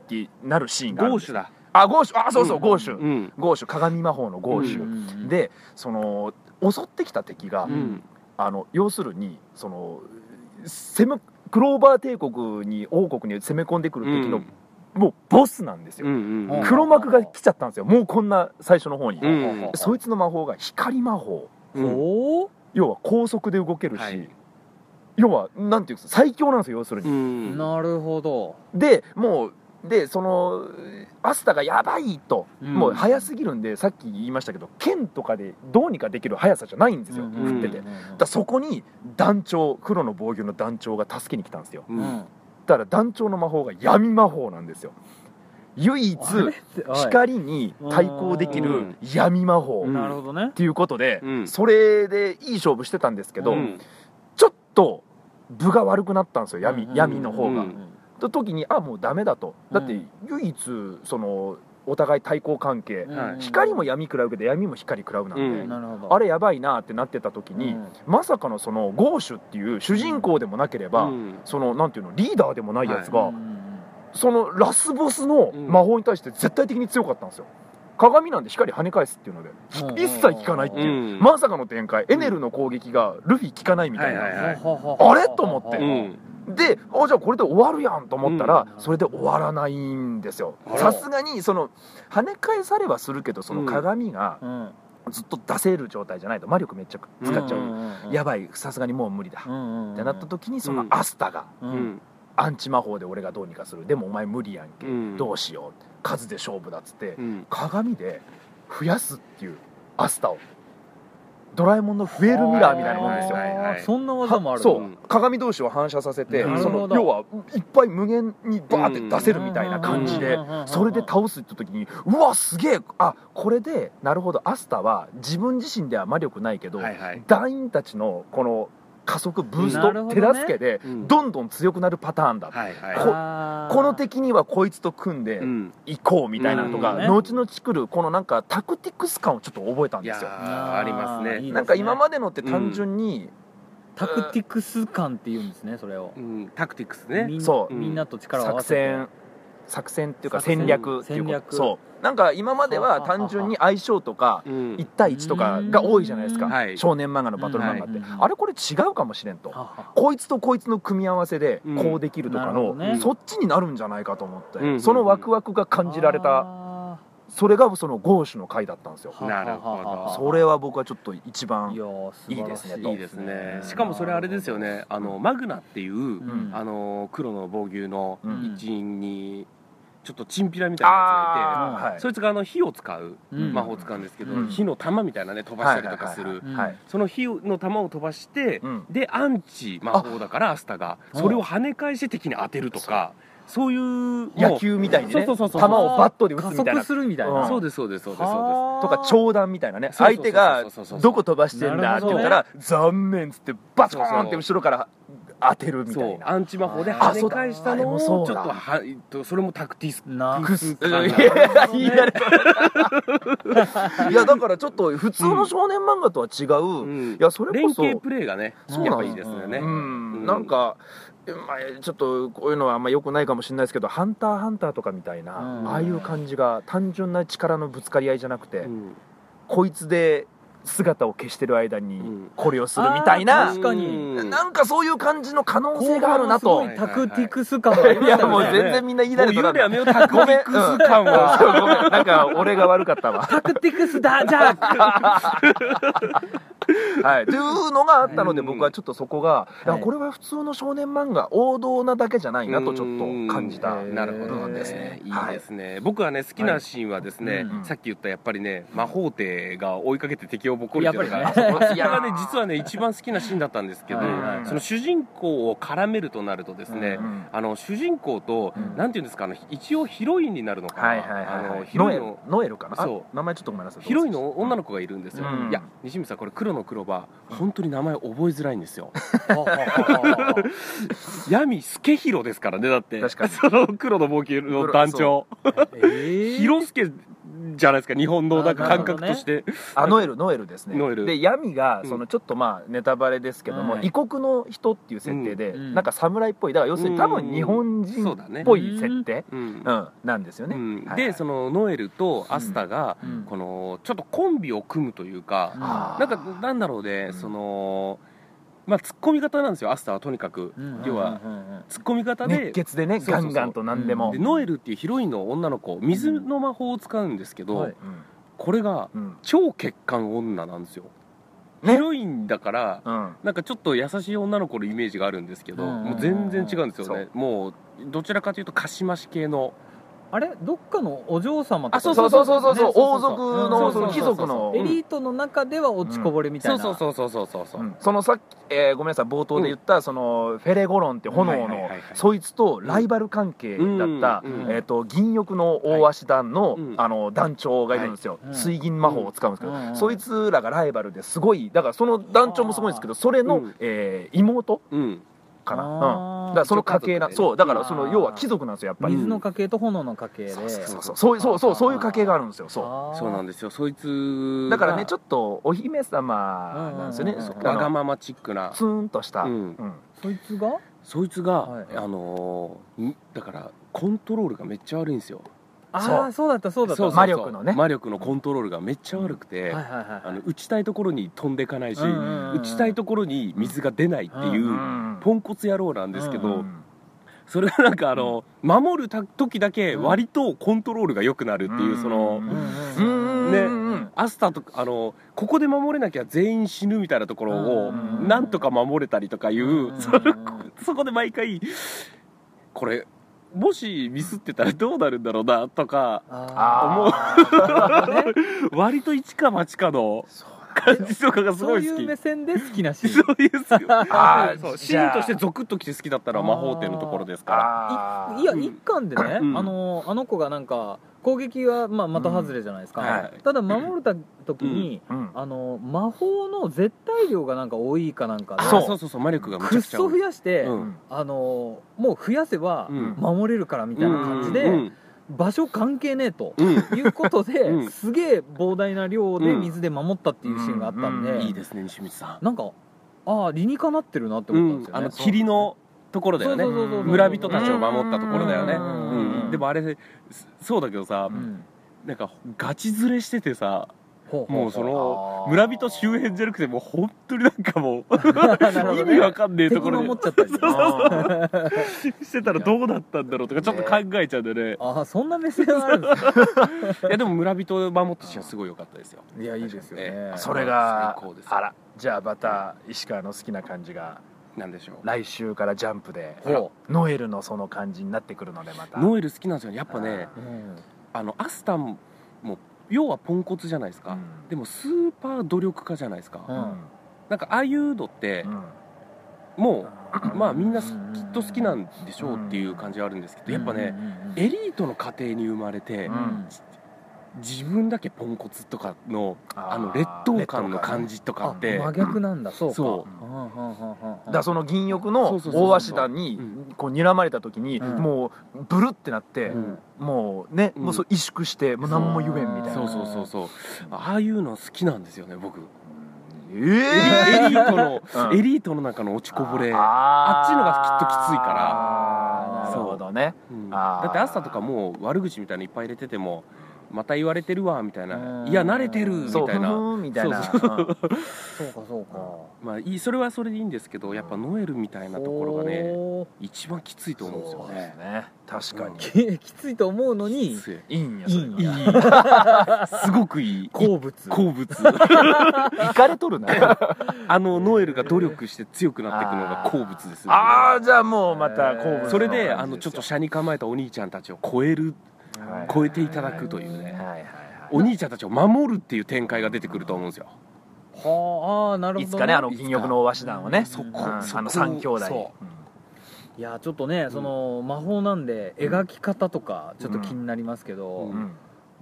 Speaker 2: てなるシーンがあるん
Speaker 1: ゴー
Speaker 2: です
Speaker 1: シュだ
Speaker 2: あゴーシュあそうそう、
Speaker 1: うん
Speaker 2: ゴーシュ、
Speaker 1: うん
Speaker 2: ゴーシュ鏡魔法のゴーシ
Speaker 3: 男
Speaker 2: ュ、
Speaker 3: うん
Speaker 2: でその襲ってきた敵が、
Speaker 3: う
Speaker 1: うんん
Speaker 2: あの要するにその攻めクローバー帝国に王国に攻め込んでくる敵の、もうボスなんですよ、
Speaker 1: うんうん
Speaker 2: 黒幕が来ちゃったんですよもうこんな最初の方に、
Speaker 1: うん
Speaker 2: そいつの魔法が光魔法
Speaker 1: うん
Speaker 3: おー
Speaker 2: 要は高速で動けるし、
Speaker 1: はい
Speaker 2: 要はなんていうんですか最強なんですよ要する
Speaker 1: う
Speaker 2: に、
Speaker 1: ん
Speaker 3: なるほど
Speaker 2: でもうでそのアスタがやばいと、
Speaker 3: うん
Speaker 2: もう速すぎるんでさっき言いましたけど剣とかでどうにかできる速さじゃないんですよ、
Speaker 1: ん
Speaker 2: 振ってて、
Speaker 3: う
Speaker 2: だか
Speaker 3: んうん
Speaker 2: らそこに団長黒の防御の団長が助けに来たんですよ
Speaker 1: う
Speaker 3: うん
Speaker 1: ん
Speaker 2: だから団長の魔法が闇魔法なんですよ唯一
Speaker 3: あれってはい
Speaker 2: 光に対抗でき
Speaker 1: う
Speaker 2: る
Speaker 1: ん
Speaker 2: 闇魔法、
Speaker 1: うん
Speaker 3: なるほどね
Speaker 2: っていうことで、
Speaker 1: うん
Speaker 2: それでいい勝負してたんですけど、
Speaker 1: うん
Speaker 2: ちょっと分が悪くなったんですよ闇,、
Speaker 3: うんうん
Speaker 2: 闇の方が。
Speaker 1: うん
Speaker 2: と時にあもうダメだとだって唯一そのお互い対抗関係、
Speaker 1: はい
Speaker 2: 光も闇食らうけど闇も光食らうなんで、
Speaker 1: うん
Speaker 3: なるほど
Speaker 2: あれやばいなってなってた時に、
Speaker 3: うん
Speaker 2: まさかのそのゴーシュっていう主人公でもなければ、
Speaker 1: うん
Speaker 2: そのなんていうのリーダーでもないやつが、
Speaker 3: うんうん
Speaker 2: そのラスボスの魔法に対して絶対的に強かったんですよ鏡なんで光跳ね返すっていうので
Speaker 3: うん
Speaker 2: 一切効かないっていう、
Speaker 1: うん
Speaker 2: まさかの展開エネルの攻撃がルフィ効かないみたいな、
Speaker 1: はいはい
Speaker 3: はははは
Speaker 2: あれと思って
Speaker 1: うん
Speaker 2: であじゃあこれで終わるやんと思ったら、
Speaker 3: うん
Speaker 2: それで終わらないんですよ
Speaker 1: あら
Speaker 2: さすがにその跳ね返されはするけどその鏡が
Speaker 3: うん
Speaker 2: ずっと出せる状態じゃないと魔力めっちゃ使っちゃう、
Speaker 1: ん
Speaker 2: やばいさすがにもう無理だ、
Speaker 3: うんうんうん
Speaker 2: ってなった時にその
Speaker 1: うん
Speaker 2: アスタが
Speaker 3: う
Speaker 1: うんん
Speaker 2: アンチ魔法で俺がどうにかするでもお前無理やんけ、
Speaker 1: うん
Speaker 2: どうしよう数で勝負だっつって、
Speaker 1: うん
Speaker 2: 鏡で増やすっていうアスタをドラえもんの増えるミラーみたいなもんですよ
Speaker 1: は
Speaker 3: あ
Speaker 1: い
Speaker 3: ー
Speaker 1: はいはい
Speaker 3: そんな技もあ
Speaker 2: は
Speaker 3: る
Speaker 2: そううん鏡同士を反射させて
Speaker 1: なる
Speaker 2: そ
Speaker 3: ほ
Speaker 2: の
Speaker 3: ど
Speaker 2: 要はいっぱい無限にバーって出せるみたいな感じでそれで
Speaker 3: っ
Speaker 2: 倒すって時にうわすげえあこれでなるほどアスタは自分自身では魔力ないけど
Speaker 1: はいはい
Speaker 2: 団員たちのこの加速ブース
Speaker 3: なる
Speaker 2: ト
Speaker 3: ほ
Speaker 2: 手
Speaker 3: どね
Speaker 2: 助けで
Speaker 1: うん
Speaker 2: どんどん強くなるパターンだ
Speaker 1: はいはい
Speaker 2: ここの敵にはこいつと組んで
Speaker 1: うん
Speaker 2: 行こうみたいなのとか、
Speaker 3: なるほど
Speaker 2: 後々来るこのなんかタクティクス感をちょっと覚えたん
Speaker 1: い
Speaker 2: で
Speaker 1: や
Speaker 2: すよ
Speaker 1: ーあります
Speaker 3: あーいい
Speaker 1: ね
Speaker 3: ね
Speaker 2: なんか今までのって単純に、
Speaker 3: タクティクス感っていうんですねそれを
Speaker 1: うんタクティクスね
Speaker 3: みん
Speaker 2: そう
Speaker 3: みんなと力を合わ
Speaker 2: 作
Speaker 3: せて
Speaker 2: 戦作戦っていうか
Speaker 3: 作戦
Speaker 2: 戦略っていう
Speaker 3: 戦
Speaker 2: こ
Speaker 3: 略
Speaker 2: とそうなんか今までは単純に相性とか
Speaker 1: うん
Speaker 2: 1対1とかが多いじゃないですか、
Speaker 1: うんはい
Speaker 2: 少年漫画のバトル漫画って、
Speaker 3: はい
Speaker 2: あれこれ違うかもしれんと、
Speaker 3: はは
Speaker 2: こいつとこいつの組み合わせで
Speaker 1: うん
Speaker 2: こうできるとかの、
Speaker 3: なるほどね
Speaker 2: そっちになるんじゃないかと思って、
Speaker 1: うん
Speaker 2: そのワクワクが感じられた
Speaker 3: あ
Speaker 2: それがそのゴーシュの回だったんですよ
Speaker 3: ー
Speaker 1: なるほ
Speaker 3: は
Speaker 1: ど
Speaker 3: ははは
Speaker 2: それは僕はちょっと一番
Speaker 3: いやー素晴らし
Speaker 2: い
Speaker 1: いいですねしかもそれあれですよねあのマグナっていう、
Speaker 2: ん
Speaker 1: あの黒の防牛の
Speaker 2: うん
Speaker 1: 一員にちょっとチンピラみたいなや
Speaker 2: あー
Speaker 1: つがい
Speaker 2: は
Speaker 1: て
Speaker 2: い
Speaker 1: そいつがあの火を使う
Speaker 3: うん
Speaker 1: 魔法を使うんですけど、
Speaker 2: うん
Speaker 1: 火の玉みたいなね飛ばしたりとかする、
Speaker 2: はいはい
Speaker 3: うん
Speaker 2: はいはい
Speaker 1: その火の玉を飛ばして、
Speaker 2: うん
Speaker 1: でアンチ魔法だからアスタが
Speaker 3: うん
Speaker 1: それを跳ね返して敵に当てるとかそういう
Speaker 2: 野球みたいにね球
Speaker 1: そう
Speaker 2: を
Speaker 1: そうそうそう
Speaker 2: バットで打つみたい
Speaker 3: 加
Speaker 2: な
Speaker 3: 速するみたい
Speaker 1: も
Speaker 2: う
Speaker 1: うん
Speaker 3: な
Speaker 1: そうですそうですそうですそう
Speaker 3: はー
Speaker 2: とか長弾みたいなね
Speaker 1: そうそ
Speaker 2: 相
Speaker 1: うそうそう
Speaker 2: 手が
Speaker 1: そうそうそう
Speaker 2: どこ飛ばしてんだって言ったら「残念」っつってバチコーンって後ろから当てるみた
Speaker 1: そ
Speaker 2: いうな
Speaker 1: アンチ魔法で
Speaker 2: あ
Speaker 1: 跳
Speaker 2: ー
Speaker 1: ね
Speaker 2: そうだ
Speaker 1: 返したの
Speaker 2: あれも
Speaker 1: をち
Speaker 2: そ
Speaker 1: ょ
Speaker 2: う
Speaker 1: っ
Speaker 2: だ
Speaker 1: とはえっとそれもタクティス
Speaker 3: な
Speaker 1: クス
Speaker 2: い
Speaker 1: かな
Speaker 2: やい
Speaker 3: なる
Speaker 2: や
Speaker 3: ほどね
Speaker 2: 言い慣れたいやだからちょっと普通の少年漫画とは違う、
Speaker 1: うん
Speaker 2: いやそれこ
Speaker 1: 連
Speaker 2: そ
Speaker 1: 携プレーがね
Speaker 2: そう
Speaker 1: やっ
Speaker 2: な
Speaker 1: ぱ
Speaker 2: ん
Speaker 1: い
Speaker 2: で
Speaker 1: い
Speaker 2: す
Speaker 1: ですよ
Speaker 2: う
Speaker 1: ね
Speaker 2: ん、
Speaker 1: ん
Speaker 2: なんか、まあ、ちょっとこういうのはあんま良くないかもしれないですけど「ハンターハンター」とかみたいな、
Speaker 3: うん
Speaker 2: ああいう感じが単純な力のぶつかり合いじゃなくて、
Speaker 1: うん
Speaker 2: こいつで姿を消してる間に
Speaker 1: うん
Speaker 2: これをするみたいな、
Speaker 3: 確かに
Speaker 1: うん
Speaker 2: なんかそういう感じの可能性
Speaker 3: 後
Speaker 2: があ
Speaker 3: 半
Speaker 2: る
Speaker 3: は
Speaker 2: な
Speaker 3: すご
Speaker 2: と
Speaker 3: い。タクティクス感があり
Speaker 2: い
Speaker 3: まし
Speaker 2: や
Speaker 3: た
Speaker 2: もう
Speaker 3: よね
Speaker 2: 全然みんな言い慣
Speaker 1: もう
Speaker 2: れ
Speaker 1: 言
Speaker 2: た
Speaker 1: うのや
Speaker 2: な
Speaker 1: めようタクティクス感は
Speaker 2: そうごめんなんか俺が悪かったわ。
Speaker 3: タクティクスだじゃ
Speaker 1: *laughs*
Speaker 3: あ
Speaker 2: はい、というのがあったので
Speaker 1: うん
Speaker 2: 僕はちょっとそこが、いや
Speaker 3: はい
Speaker 2: これは普通の少年漫画王道なだけじゃないなとちょっと感じた
Speaker 1: うんなるほ
Speaker 2: 部
Speaker 1: ど
Speaker 2: 分
Speaker 1: で
Speaker 2: ですす
Speaker 1: ね
Speaker 2: ね。
Speaker 1: いいですね、僕はね好きなシーンはですね、
Speaker 3: はい
Speaker 2: うん
Speaker 1: さっき言ったやっぱりね魔法帝が追いかけて敵をボコる
Speaker 3: や
Speaker 1: っ
Speaker 3: ってぱ
Speaker 1: いう
Speaker 3: り
Speaker 1: のが、
Speaker 3: ね
Speaker 1: ね、そこが
Speaker 2: いやー
Speaker 1: ね実はね一番好きなシーンだったんですけど、
Speaker 3: はい
Speaker 2: はいはい
Speaker 1: その主人公を絡めるとなるとですね、
Speaker 2: うん
Speaker 1: あの主人公と、
Speaker 2: うん
Speaker 1: なんていうんですかあの一応ヒロインになるのかな、
Speaker 2: はいはいはいはい、
Speaker 1: あのヒロ
Speaker 2: ノ
Speaker 1: イ
Speaker 2: エ
Speaker 1: ン
Speaker 2: ル
Speaker 1: の
Speaker 2: ノエルかなあ
Speaker 1: そ
Speaker 2: 名前ちょっとごめんなさい
Speaker 1: ヒロインの女の子がいるんですよ、
Speaker 2: うん
Speaker 1: いや西光さんこれ黒の黒羽本当に名前覚えづらいんで
Speaker 2: *laughs*
Speaker 1: すよ *laughs* 闇助弘ですからねだって
Speaker 2: 確かに
Speaker 1: その黒の冒険の団長
Speaker 3: 広
Speaker 1: 広助じゃないですか日本のなんか感覚として、
Speaker 2: あノエルノエルですね
Speaker 1: ノエル
Speaker 2: で闇が
Speaker 1: うん
Speaker 2: そのちょっとまあネタバレですけども、
Speaker 3: はい
Speaker 2: 異国の人っていう設定で、
Speaker 3: うん
Speaker 2: なんか侍っぽいだから要するに多分日本
Speaker 1: そ
Speaker 2: 人
Speaker 1: うだね
Speaker 2: っぽい設定、
Speaker 1: うん
Speaker 2: うんなんですよね、
Speaker 1: うん
Speaker 2: はい
Speaker 1: でそのノエルとアスタが、
Speaker 3: うん
Speaker 1: このちょっとコンビを組むというか、
Speaker 2: あー
Speaker 1: なんかなんだろうね、
Speaker 2: うん
Speaker 1: そのまあツッコミ型なんですよアスタはとにかく、要はツッコミ型で
Speaker 2: 熱血でね
Speaker 1: そうそうそう
Speaker 2: ガンガンと何でも、
Speaker 1: でノエルっていうヒロインの女の子水の魔法を使うんですけど、
Speaker 3: はい
Speaker 1: これが
Speaker 2: うんうん
Speaker 1: 超欠陥女なんですよ、
Speaker 2: ね
Speaker 1: ヒロインだから
Speaker 2: うん
Speaker 1: なんかちょっと優しい女の子のイメージがあるんですけど、
Speaker 3: うん
Speaker 1: もう全然違うんですよね
Speaker 2: そ
Speaker 1: もうどちらかというとかしまし系の
Speaker 3: あれどっかのお嬢様とか
Speaker 1: あ
Speaker 2: そうそうそうそうそう、
Speaker 3: ね
Speaker 2: 王族の
Speaker 1: ん
Speaker 2: そ
Speaker 1: そうそうそう
Speaker 2: の貴族の、
Speaker 3: エリートの中では落ちこぼれみた
Speaker 1: そ
Speaker 3: いうな
Speaker 1: そうそうそうそうそうそう、
Speaker 2: そのさっき、えーごめんなさい冒頭で言った、そのフェレゴロンって炎の、
Speaker 1: はいはいはいはい
Speaker 2: そいつとライバル関係だった、
Speaker 1: うん
Speaker 3: うん
Speaker 2: えー、と銀翼の大足団の,、
Speaker 1: はいうん
Speaker 2: あの団長がいるんですよ、
Speaker 3: はい
Speaker 2: 水銀魔法を使うんですけど、
Speaker 3: うん
Speaker 2: そいつらがライバルですごいだからその団長もすごいんですけどそれの、
Speaker 1: うん
Speaker 2: えー妹
Speaker 1: うん
Speaker 2: かな、うん、
Speaker 3: あー
Speaker 2: だからその家系な、
Speaker 1: 一家族でね
Speaker 2: そうだからそ
Speaker 3: あ
Speaker 2: の
Speaker 3: ー
Speaker 2: 要は貴族なんですよやっぱり、
Speaker 3: 水の家系と炎の家系で
Speaker 2: そうそうそうそうそうそうそういう家系があるんですよそう
Speaker 1: そうなん
Speaker 3: で
Speaker 1: ですよそいつ
Speaker 2: だからねちょっとお姫様なんですよね、
Speaker 3: うんうんうん
Speaker 2: そうあの
Speaker 1: わがままチックな
Speaker 2: ツーンとした、
Speaker 1: うん
Speaker 2: うん
Speaker 3: そいつが
Speaker 1: そいつが、
Speaker 3: はい
Speaker 1: あのーんだからコントロールがめっちゃ悪いんですよ
Speaker 3: ああそうだったそうだった
Speaker 1: そうそうそう
Speaker 2: 魔力のね
Speaker 1: 魔力のコントロールがめっちゃ悪く
Speaker 3: は
Speaker 1: て、
Speaker 3: いはいはい
Speaker 1: あの打ちたいところに飛んでいかないし、
Speaker 3: うんうんうん
Speaker 1: 打ちたいところに水が出ないっていうう、
Speaker 2: ん
Speaker 1: ポンコツ野郎なんですけど、
Speaker 3: う
Speaker 1: それがなんかあの、守るた時だけ割とコントロールが良くなるっていう、
Speaker 2: うん
Speaker 1: そ
Speaker 2: う
Speaker 1: の
Speaker 2: ん
Speaker 3: うん
Speaker 1: ね
Speaker 2: うん
Speaker 1: アスタとあのここで守れなきゃ全員死ぬみたいなところを
Speaker 2: うん
Speaker 1: なんとか守れたりとかいう、 *laughs*
Speaker 3: うん
Speaker 1: それそこで毎回これもしミスってたらどうなるんだろうなとか
Speaker 3: あーなるほどね
Speaker 1: 割と一か八かの
Speaker 2: そう
Speaker 1: 感じとかがす
Speaker 3: そ
Speaker 1: ご
Speaker 3: う
Speaker 1: い
Speaker 3: い
Speaker 1: 好
Speaker 3: う
Speaker 1: き
Speaker 3: 目線で好きなシーン
Speaker 1: そういう好き
Speaker 2: あー
Speaker 1: そうシ
Speaker 2: じ
Speaker 1: ー
Speaker 2: ゃ
Speaker 1: ン
Speaker 2: あ
Speaker 1: としてゾクッときて好きだったのは魔法帝のところですから
Speaker 2: あー
Speaker 3: いや
Speaker 1: うん
Speaker 3: 一巻でね、
Speaker 1: うん
Speaker 3: あのあの子がなんか攻撃は、まあ、また外れじゃないですか、
Speaker 1: うんはい
Speaker 3: ただ守れた時に、
Speaker 2: うん
Speaker 3: あの魔法の絶対量がなんか多いかなんかで
Speaker 1: あ
Speaker 2: そう
Speaker 1: そうそうそう魔力がむち
Speaker 3: く
Speaker 1: ゃ
Speaker 3: っ
Speaker 1: くちゃ
Speaker 3: そ増やして、
Speaker 1: うん
Speaker 3: あのもう増やせば
Speaker 1: うん
Speaker 3: 守れるからみ
Speaker 1: み
Speaker 3: たいな感じで、
Speaker 1: うん
Speaker 3: 場所関係ねえと。
Speaker 1: うん
Speaker 3: いうことで、
Speaker 1: *laughs* うん
Speaker 3: すげえ膨大な量で水で守ったっていうシーンがあったんで、
Speaker 2: うん
Speaker 1: いいですね西光さん
Speaker 3: なんかああ理にかなってるなって思ったんですよ
Speaker 1: あ
Speaker 3: ね、
Speaker 1: の霧のところだよね
Speaker 3: そうそうそうそう
Speaker 1: 村人たちを守ったところだよね
Speaker 2: う
Speaker 1: うんんでもあれそそうだけどさ、
Speaker 3: うん
Speaker 1: なんかガチズレしててさ
Speaker 3: ほうほ
Speaker 1: も
Speaker 3: う
Speaker 1: うそ
Speaker 3: ほう
Speaker 1: の
Speaker 2: あー
Speaker 1: 村人周辺じゃなくてもう本当になんかも
Speaker 3: *laughs* なるほ
Speaker 1: う
Speaker 3: ど
Speaker 1: 意
Speaker 3: ね
Speaker 1: 味わかんねえと
Speaker 3: 敵
Speaker 1: ころ
Speaker 3: 守っ
Speaker 1: で
Speaker 3: ちゃったり
Speaker 1: *laughs*
Speaker 2: あ
Speaker 1: してたらどうなったんだろうとかちょっと考えちゃうんだよね
Speaker 3: ああそんな目線あるんですね
Speaker 1: いやでも村人を守ったシーンはすごい良かったですよ
Speaker 3: いやいいですよね
Speaker 1: え
Speaker 2: *laughs* ー。それが
Speaker 1: 最高です
Speaker 2: あらじゃあまた石川の好きな感じが
Speaker 1: なんでしょう
Speaker 2: 来週からジャンプで
Speaker 1: ほ
Speaker 2: ノエルのその感じになってくるのでまた
Speaker 1: ノエル好きなんですよねやっぱね *laughs*
Speaker 3: うん
Speaker 1: あのアスタンも要はポンコツじゃないですか、
Speaker 2: うん
Speaker 1: でもスーパー努力家じゃないですか、
Speaker 3: う
Speaker 2: うんん
Speaker 1: なんかああいうのって、
Speaker 2: うん
Speaker 1: もうまあみんなす
Speaker 3: うん
Speaker 1: きっと好きなんでしょうっていう感じがあるんですけどやっぱね
Speaker 3: うんうんうんうん
Speaker 1: エリートの家庭に生まれて
Speaker 2: うん
Speaker 1: 自分だけポンコツとかの
Speaker 2: あー
Speaker 1: あの劣等感の感じとか
Speaker 3: あ
Speaker 1: って
Speaker 3: 真逆なんだそうか
Speaker 1: そう
Speaker 3: うんうんうんうん
Speaker 2: だからその銀翼の
Speaker 1: そうそうそうそう
Speaker 2: 大鷲団に
Speaker 1: う
Speaker 2: こう睨まれた時に
Speaker 3: うん
Speaker 2: もうブルってなって
Speaker 1: うん
Speaker 2: もうね
Speaker 1: うん
Speaker 2: もうそう萎縮してもう何も言えんみたい
Speaker 1: そう
Speaker 2: な
Speaker 1: そうそうそうああいうの好きなんですよね僕
Speaker 2: ええ
Speaker 1: エリートの、
Speaker 2: うん
Speaker 1: エリートの中の落ちこぼれ、
Speaker 2: あ
Speaker 1: あっちのがきっときつい
Speaker 3: か
Speaker 2: あ
Speaker 3: ら
Speaker 2: ーなるほどね
Speaker 1: うん
Speaker 2: あー
Speaker 1: だって朝とかもう悪口みたいにいっぱい入れててもまた言われてるわみたいな、
Speaker 3: うん
Speaker 1: いや慣れてるみた
Speaker 2: そうふ
Speaker 1: いな、
Speaker 2: ーんみたいな
Speaker 1: そう
Speaker 3: そうかそうか
Speaker 1: まあ、いいそれはそれでいいんですけどやっぱノエルみたいなところがね一番きついと思うんですよ
Speaker 2: そうで
Speaker 1: ね
Speaker 2: すね確かに
Speaker 3: ききついと思うのに
Speaker 1: きつい
Speaker 2: いいんや
Speaker 3: い
Speaker 2: そ
Speaker 3: い
Speaker 2: れ
Speaker 3: ん
Speaker 2: が
Speaker 1: いい
Speaker 3: や
Speaker 1: *laughs* すごくいい
Speaker 3: 好物
Speaker 1: 好物
Speaker 2: いかれとるな
Speaker 1: あのノエルが努力して強くなっていくのが好物ですよ
Speaker 2: *laughs*
Speaker 1: ね
Speaker 2: ああじゃあもうまた好物の
Speaker 1: それで
Speaker 2: 感じ
Speaker 1: あのちょっと
Speaker 2: す
Speaker 1: 車に構えたお兄ちゃんたちを超える
Speaker 2: よはい
Speaker 1: 超えていただくという
Speaker 2: は
Speaker 1: ね
Speaker 2: いはいはい
Speaker 1: お兄ちゃんたちを守るっていう展開が出てくると思うんですよ
Speaker 3: はああなるほど
Speaker 2: いつかねあの銀翼の大鷲団をね
Speaker 3: そこ
Speaker 2: うんあ
Speaker 1: そこ
Speaker 2: の三兄弟
Speaker 1: そ
Speaker 3: いやちょっとねその魔法なんで描き方とかちょっと気になりますけど、
Speaker 1: う
Speaker 2: うん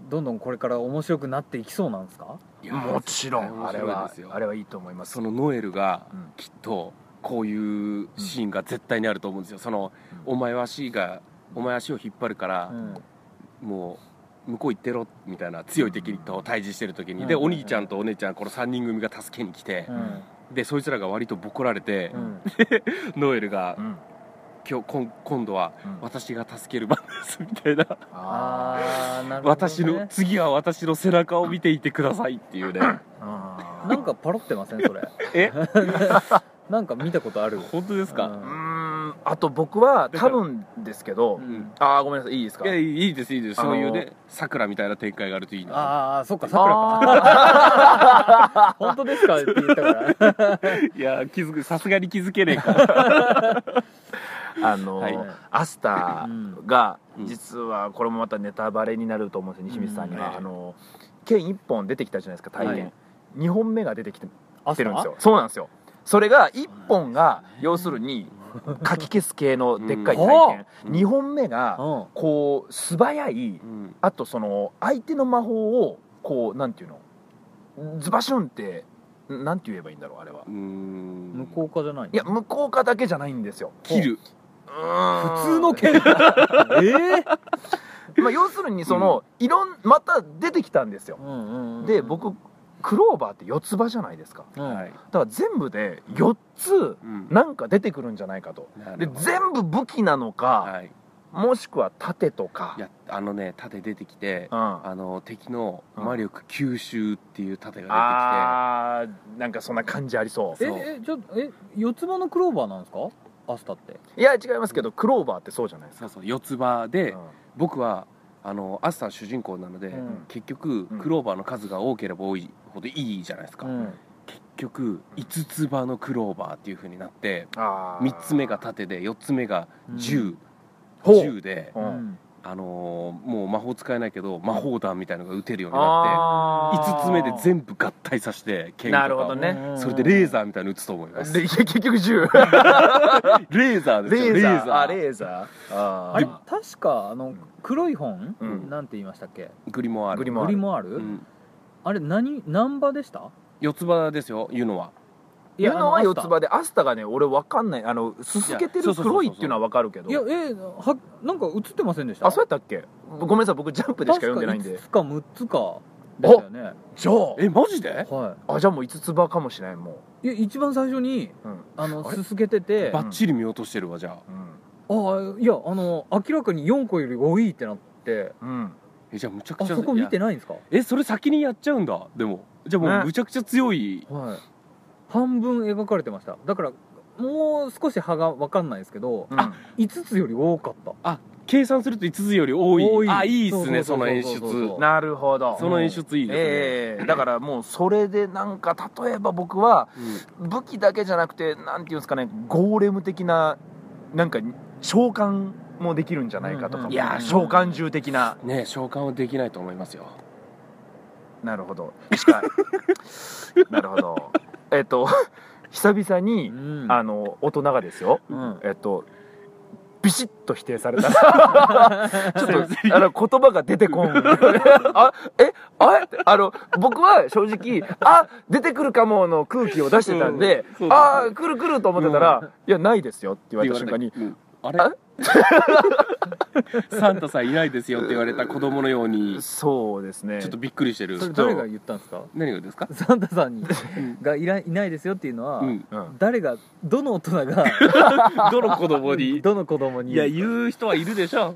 Speaker 3: どんどんこれから面白くなっていきそうなんですか
Speaker 1: いや
Speaker 2: もちろ
Speaker 1: 絶
Speaker 2: ん
Speaker 1: 対
Speaker 2: あれ
Speaker 1: 面白い
Speaker 2: は
Speaker 1: ですよ
Speaker 2: あれはいいと思います
Speaker 1: そのノエルが
Speaker 2: うん
Speaker 1: きっとこういうシーンが絶対にあると思うんですよそのお前は足がお前足を引っ張るから
Speaker 3: う、ん
Speaker 1: もう向こう行ってろみたいな強い敵と対峙してる時に、
Speaker 3: うん
Speaker 1: でお兄ちゃんとお姉ちゃんこの3人組が助けに来て
Speaker 3: う、ん
Speaker 1: でそいつらが割とボコられて
Speaker 3: う、ん
Speaker 1: ノエルが
Speaker 2: うん
Speaker 1: 今日今今度は
Speaker 2: うん
Speaker 1: 私が助ける番ですみたいな、
Speaker 2: あ
Speaker 3: ああなるほど、ね、
Speaker 1: 私の次は私の背中を見ていてくださいっていうね
Speaker 2: ー
Speaker 3: なんかパロってませんそれ
Speaker 1: え
Speaker 3: *laughs* なんか見たことある
Speaker 1: 本当です
Speaker 2: うー
Speaker 1: か、
Speaker 2: んあと僕は多分ですけど
Speaker 1: うん
Speaker 2: ああごめんなさいいいですか
Speaker 1: いやいいですいいです
Speaker 2: あの
Speaker 1: そういうねさくらみたいな展開があるといいな
Speaker 3: ああそっかさくらか本当ですかって言ったから
Speaker 1: いや気づくさすがに気づけねえから
Speaker 2: あの、
Speaker 1: はい
Speaker 2: アスターが
Speaker 1: うん
Speaker 2: 実はこれもまたネタバレになると思うんですよ西光さんには、
Speaker 1: うん
Speaker 2: あの剣1本出てきたじゃないですか体験、
Speaker 1: は
Speaker 2: 2本目が出てきて
Speaker 3: あ
Speaker 2: てるんですよそうなんですよそれが1本が要するにかき消す系のでっかい体
Speaker 1: うん
Speaker 2: 験、2本目が
Speaker 3: そ
Speaker 2: こう素早い
Speaker 1: うん
Speaker 2: あとその相手の魔法をこうなんていうのズバシュンってなんて言えばいいんだろうあれは
Speaker 1: うーん
Speaker 3: うん向こうかじゃない
Speaker 2: いや向こうかだけじゃないんですよ
Speaker 1: 切る
Speaker 2: うーん
Speaker 3: 普通の剣ええ
Speaker 2: まあ、要するにその、いろんまた出てきたんですよ、
Speaker 3: うんうんうん
Speaker 2: で僕クローバーって四つ葉じゃないですか
Speaker 3: うん
Speaker 1: は
Speaker 2: だ
Speaker 1: い
Speaker 2: から全部で4つ
Speaker 1: うん
Speaker 2: なんか出てくるんじゃないかと
Speaker 1: な
Speaker 2: で
Speaker 1: るほど
Speaker 2: 全部武器なのか、
Speaker 1: はい
Speaker 2: もしくは盾とか
Speaker 1: いやあのね盾出てきて
Speaker 2: うん、あ
Speaker 1: あの敵の魔力吸収っていう盾が
Speaker 2: あーなんかそんな感じありそ
Speaker 3: え
Speaker 1: そう
Speaker 3: えちょっとえ四つ葉のクローバーなんですかアスタって
Speaker 2: ういや違いますけどクローバーってそうじゃないで
Speaker 1: 出てきて
Speaker 2: すか、
Speaker 1: そうそう四つ葉
Speaker 2: う
Speaker 1: で、
Speaker 2: ん
Speaker 1: 僕はあのアスター主人公なので、
Speaker 3: うん
Speaker 1: 結局
Speaker 2: うん
Speaker 1: クローバーの数が多ければ多いほどいいじゃないですか、
Speaker 3: うん
Speaker 1: 結局五つ葉のクローバーっていうふうになって
Speaker 2: あー
Speaker 1: 3つ目が盾で4つ目が銃、
Speaker 2: ほう
Speaker 1: 銃で、
Speaker 2: う
Speaker 3: うんん
Speaker 1: あのーもう魔法使えないけど魔法弾みたいのが打てるようになって
Speaker 2: あー
Speaker 1: 5つ目で全部合体させて剣とか
Speaker 2: な
Speaker 1: を
Speaker 2: るほどね
Speaker 3: うん
Speaker 1: それでレーザーみたいの打つと思います
Speaker 2: でいや結局銃
Speaker 1: レーザーですよ
Speaker 2: レーザーあ
Speaker 1: レーザー
Speaker 2: レーザーあ
Speaker 3: あれ
Speaker 2: ー
Speaker 3: 確かあの黒い本、
Speaker 2: うん
Speaker 3: なんて言いましたっけ
Speaker 1: グリモアール
Speaker 2: グリモ
Speaker 3: グリモアー
Speaker 1: う
Speaker 3: ル、
Speaker 1: ん、
Speaker 3: あれ何何場でした
Speaker 1: 四つ葉ですよ言うのは
Speaker 2: いうのは四つ葉で
Speaker 3: で
Speaker 2: アスタがね俺わかんないあのすすけて
Speaker 1: いやそ
Speaker 2: る
Speaker 1: うそうそうそう
Speaker 2: 黒いっていうのはわかるけど
Speaker 3: いやえはなんか映ってませんでした
Speaker 2: あそうやったっけごめんなさい僕ジャンプでしか読んでないんで
Speaker 3: 確か5つか6つかでしたよね
Speaker 2: じゃ
Speaker 1: えマジで
Speaker 3: は
Speaker 2: ああじゃあもう五つ葉かもしれないも
Speaker 3: いいや一番最初に
Speaker 2: ううん、
Speaker 3: あの
Speaker 2: あれ
Speaker 3: すすけてて
Speaker 1: バ
Speaker 3: あ
Speaker 1: ッチリ見落としてるわじゃあ
Speaker 2: うん
Speaker 3: いやあの明らかに4個より多いってなって
Speaker 2: うん、
Speaker 1: えじゃあむちゃく
Speaker 3: あ
Speaker 1: ちゃ
Speaker 3: そこ見てないんですか
Speaker 1: いやえそれ先にやっちゃうんだでもじゃあも
Speaker 2: ね
Speaker 1: うむちゃくちゃ強い、
Speaker 3: はい半分描かれてましただからもう少し歯が分かんないですけど
Speaker 2: うん
Speaker 3: 5つより多かった
Speaker 1: あ計算すると5つより多い
Speaker 3: 多い
Speaker 1: あいいっすね
Speaker 3: そ
Speaker 1: そ
Speaker 3: そう
Speaker 1: うの
Speaker 3: そう
Speaker 1: 演
Speaker 3: そう
Speaker 1: 出
Speaker 3: そう
Speaker 1: そ
Speaker 2: なるほど
Speaker 3: そう
Speaker 1: の演出いいですね、
Speaker 2: ええだからもうそれでなんか例えば僕は武器だけじゃなくてなんていうんですかねゴーレム的ななんか召喚もできるんじゃないかとか、
Speaker 3: うんうん
Speaker 2: いやー召喚獣的な
Speaker 1: うんねえ召喚はできないと思いますよ
Speaker 2: なるほどしか *laughs* なるほどえ *laughs* っと久々に、
Speaker 3: うん
Speaker 2: あの大人がですよ
Speaker 3: うん
Speaker 2: えっとビシッと否定されたらちょっとあの言葉が出てこんあえあれあの僕は正直あ出てくるかもの空気を出してたんで、
Speaker 1: うんそうだ
Speaker 2: あ来る来ると思ってたら、いやないですよって言われた瞬間に
Speaker 1: うんあれ *laughs* サンタさんいないですよって言われた子供のように
Speaker 2: そうですね
Speaker 1: ちょっとびっくりしてる
Speaker 3: それ誰が言ったんですか
Speaker 1: 何がですか
Speaker 3: サンタさんに
Speaker 1: ん
Speaker 3: がいらいないですよっていうのは、
Speaker 2: *laughs*
Speaker 1: うん
Speaker 2: うん
Speaker 3: 誰がどの大人が
Speaker 1: どの子供に
Speaker 3: どの子供に
Speaker 1: いや言う人はいるでし
Speaker 2: *laughs*
Speaker 1: ょ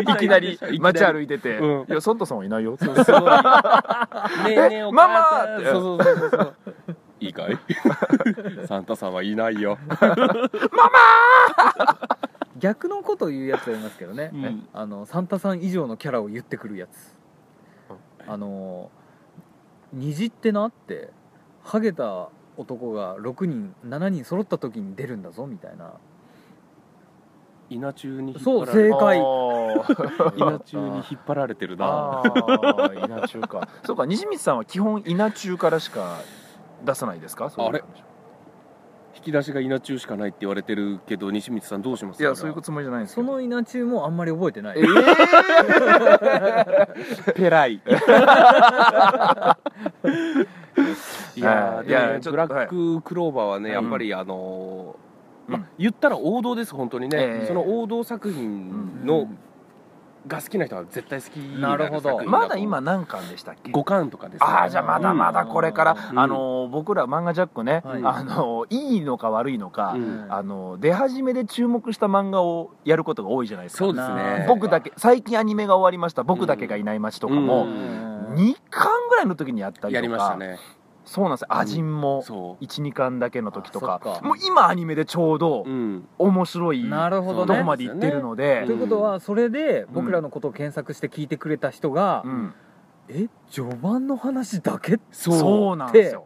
Speaker 2: いきなり街歩
Speaker 1: い
Speaker 2: いてて「
Speaker 1: うん
Speaker 2: いやサンタさんはいないよ」
Speaker 1: そうすごいねえねえ
Speaker 2: *laughs* え
Speaker 1: お母さん
Speaker 2: ママ
Speaker 1: そうそうそうそういいか
Speaker 2: *laughs*
Speaker 1: いサンタさんはいないよ、
Speaker 3: 逆のことを言うやつがいますけどね、
Speaker 1: うん
Speaker 3: あのサンタさん以上のキャラを言ってくるやつあの虹ってなってハゲた男が6人7人揃った時に出るんだぞみたいな
Speaker 1: 稲中に引っ
Speaker 3: そ
Speaker 1: 張
Speaker 3: う
Speaker 1: られ
Speaker 3: 正解
Speaker 1: 稲中に引っ張られてるな
Speaker 2: ああ稲中 *laughs* かそうか西光さんは基本稲中からしか出さないですかそういう
Speaker 1: あれ引き出しが稲中しかないって言われてるけど西光さんどうします
Speaker 2: いやそういうつもりじゃないんです
Speaker 3: そ
Speaker 2: けど
Speaker 3: の稲中もあんまり覚えてない
Speaker 2: えー、
Speaker 1: とペライいや
Speaker 2: はい
Speaker 1: いや
Speaker 2: いやちょっと
Speaker 1: ブラッククローバーはね、
Speaker 2: はい
Speaker 1: やっぱりあのー
Speaker 2: うん
Speaker 1: まあ、言ったら王道です本当にね、
Speaker 2: ええ
Speaker 1: その王道作品の、が好きな人は絶対好きになる
Speaker 3: なるほど
Speaker 1: 作品と
Speaker 2: まだ今何巻でしたっけ
Speaker 1: 五巻とかですね
Speaker 2: ああじゃあまだまだこれから、
Speaker 1: うん
Speaker 2: あのー僕ら漫画ジャックね、
Speaker 3: はい
Speaker 2: あのーいいのか悪いのか、
Speaker 1: うん
Speaker 3: うん
Speaker 2: あのー出始めで注目した漫画をやることが多いじゃないですか
Speaker 1: そうですね
Speaker 2: 僕だけ最近アニメが終わりました僕だけがいない街とか
Speaker 1: う
Speaker 2: も、
Speaker 1: ん
Speaker 2: 二2巻ぐらいの時にやったりとか
Speaker 1: やりましたね
Speaker 2: そうなんですよ「アジン」も
Speaker 1: そ
Speaker 2: 12巻だけの時とか
Speaker 3: あそっか
Speaker 2: もう今アニメでちょうど
Speaker 1: ううん
Speaker 2: 面白い
Speaker 3: なるほ
Speaker 1: ほ
Speaker 3: ど
Speaker 1: ど
Speaker 2: ど
Speaker 3: ね
Speaker 2: こまで行ってるので
Speaker 3: ということはそれで僕らのことを検索して聞いてくれた人が
Speaker 2: う、ん
Speaker 3: え序盤の話だけ
Speaker 1: そう
Speaker 2: そうなんですよ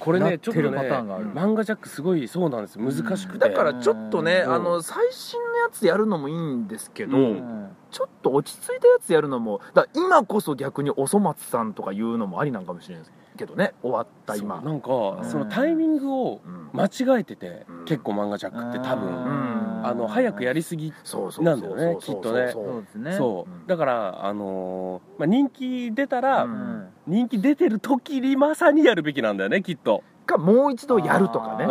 Speaker 1: これ
Speaker 3: な
Speaker 1: ね
Speaker 3: っ
Speaker 1: ちょ
Speaker 3: て
Speaker 1: っと
Speaker 3: る
Speaker 1: ね
Speaker 3: パターンがある、
Speaker 1: 漫画ジャックすごいそうなんですよ難しくて、
Speaker 2: だからちょっとね
Speaker 1: うん
Speaker 2: あの最新のやつやるのもいいんですけど、
Speaker 1: う
Speaker 3: うんん
Speaker 2: ちょっと落ち着いたやつやるのもだから今こそ逆におそ松さんとかいうのもありなんかもしれないですけどね終わった
Speaker 1: そう
Speaker 2: 今
Speaker 1: なんか、
Speaker 2: ん
Speaker 1: そのタイミングを
Speaker 2: うん
Speaker 1: 間違えてて、
Speaker 2: うん
Speaker 1: 結構漫画ジャックって多分、
Speaker 2: ん
Speaker 1: あの早くやりすぎ、
Speaker 2: そうそうそう
Speaker 1: なんだよね
Speaker 2: そう
Speaker 1: きっとね
Speaker 2: そう
Speaker 3: そうですね
Speaker 1: そう、
Speaker 2: うん
Speaker 1: だからあのーまあ、人気出たら、
Speaker 2: う
Speaker 3: うん
Speaker 1: 人気出てる時にまさにやるべきなんだよねきっと
Speaker 2: かもう一度やるとかね
Speaker 1: う
Speaker 3: あ
Speaker 1: ん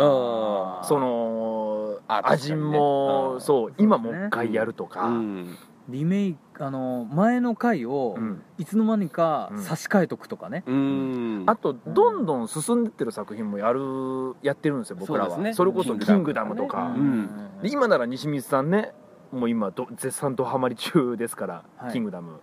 Speaker 3: ー
Speaker 2: その
Speaker 1: あ確かにね
Speaker 2: アジンも、
Speaker 1: うん
Speaker 2: そう
Speaker 3: ですね
Speaker 2: 今もう一回やるとか、
Speaker 1: うん
Speaker 3: リメイクあの前の回を
Speaker 2: うん
Speaker 3: いつの間にか差し替えとくとかね、
Speaker 1: うん
Speaker 2: あとどんどん進んでってる作品もやるやってるんですよ僕らは
Speaker 1: そう
Speaker 2: そ,、
Speaker 1: ですね
Speaker 2: れこそ「キングダム」と
Speaker 1: う
Speaker 2: か、
Speaker 1: ん
Speaker 2: で今なら西光さんねもう今ど絶賛とハマり中ですから「
Speaker 3: はい
Speaker 2: キングダム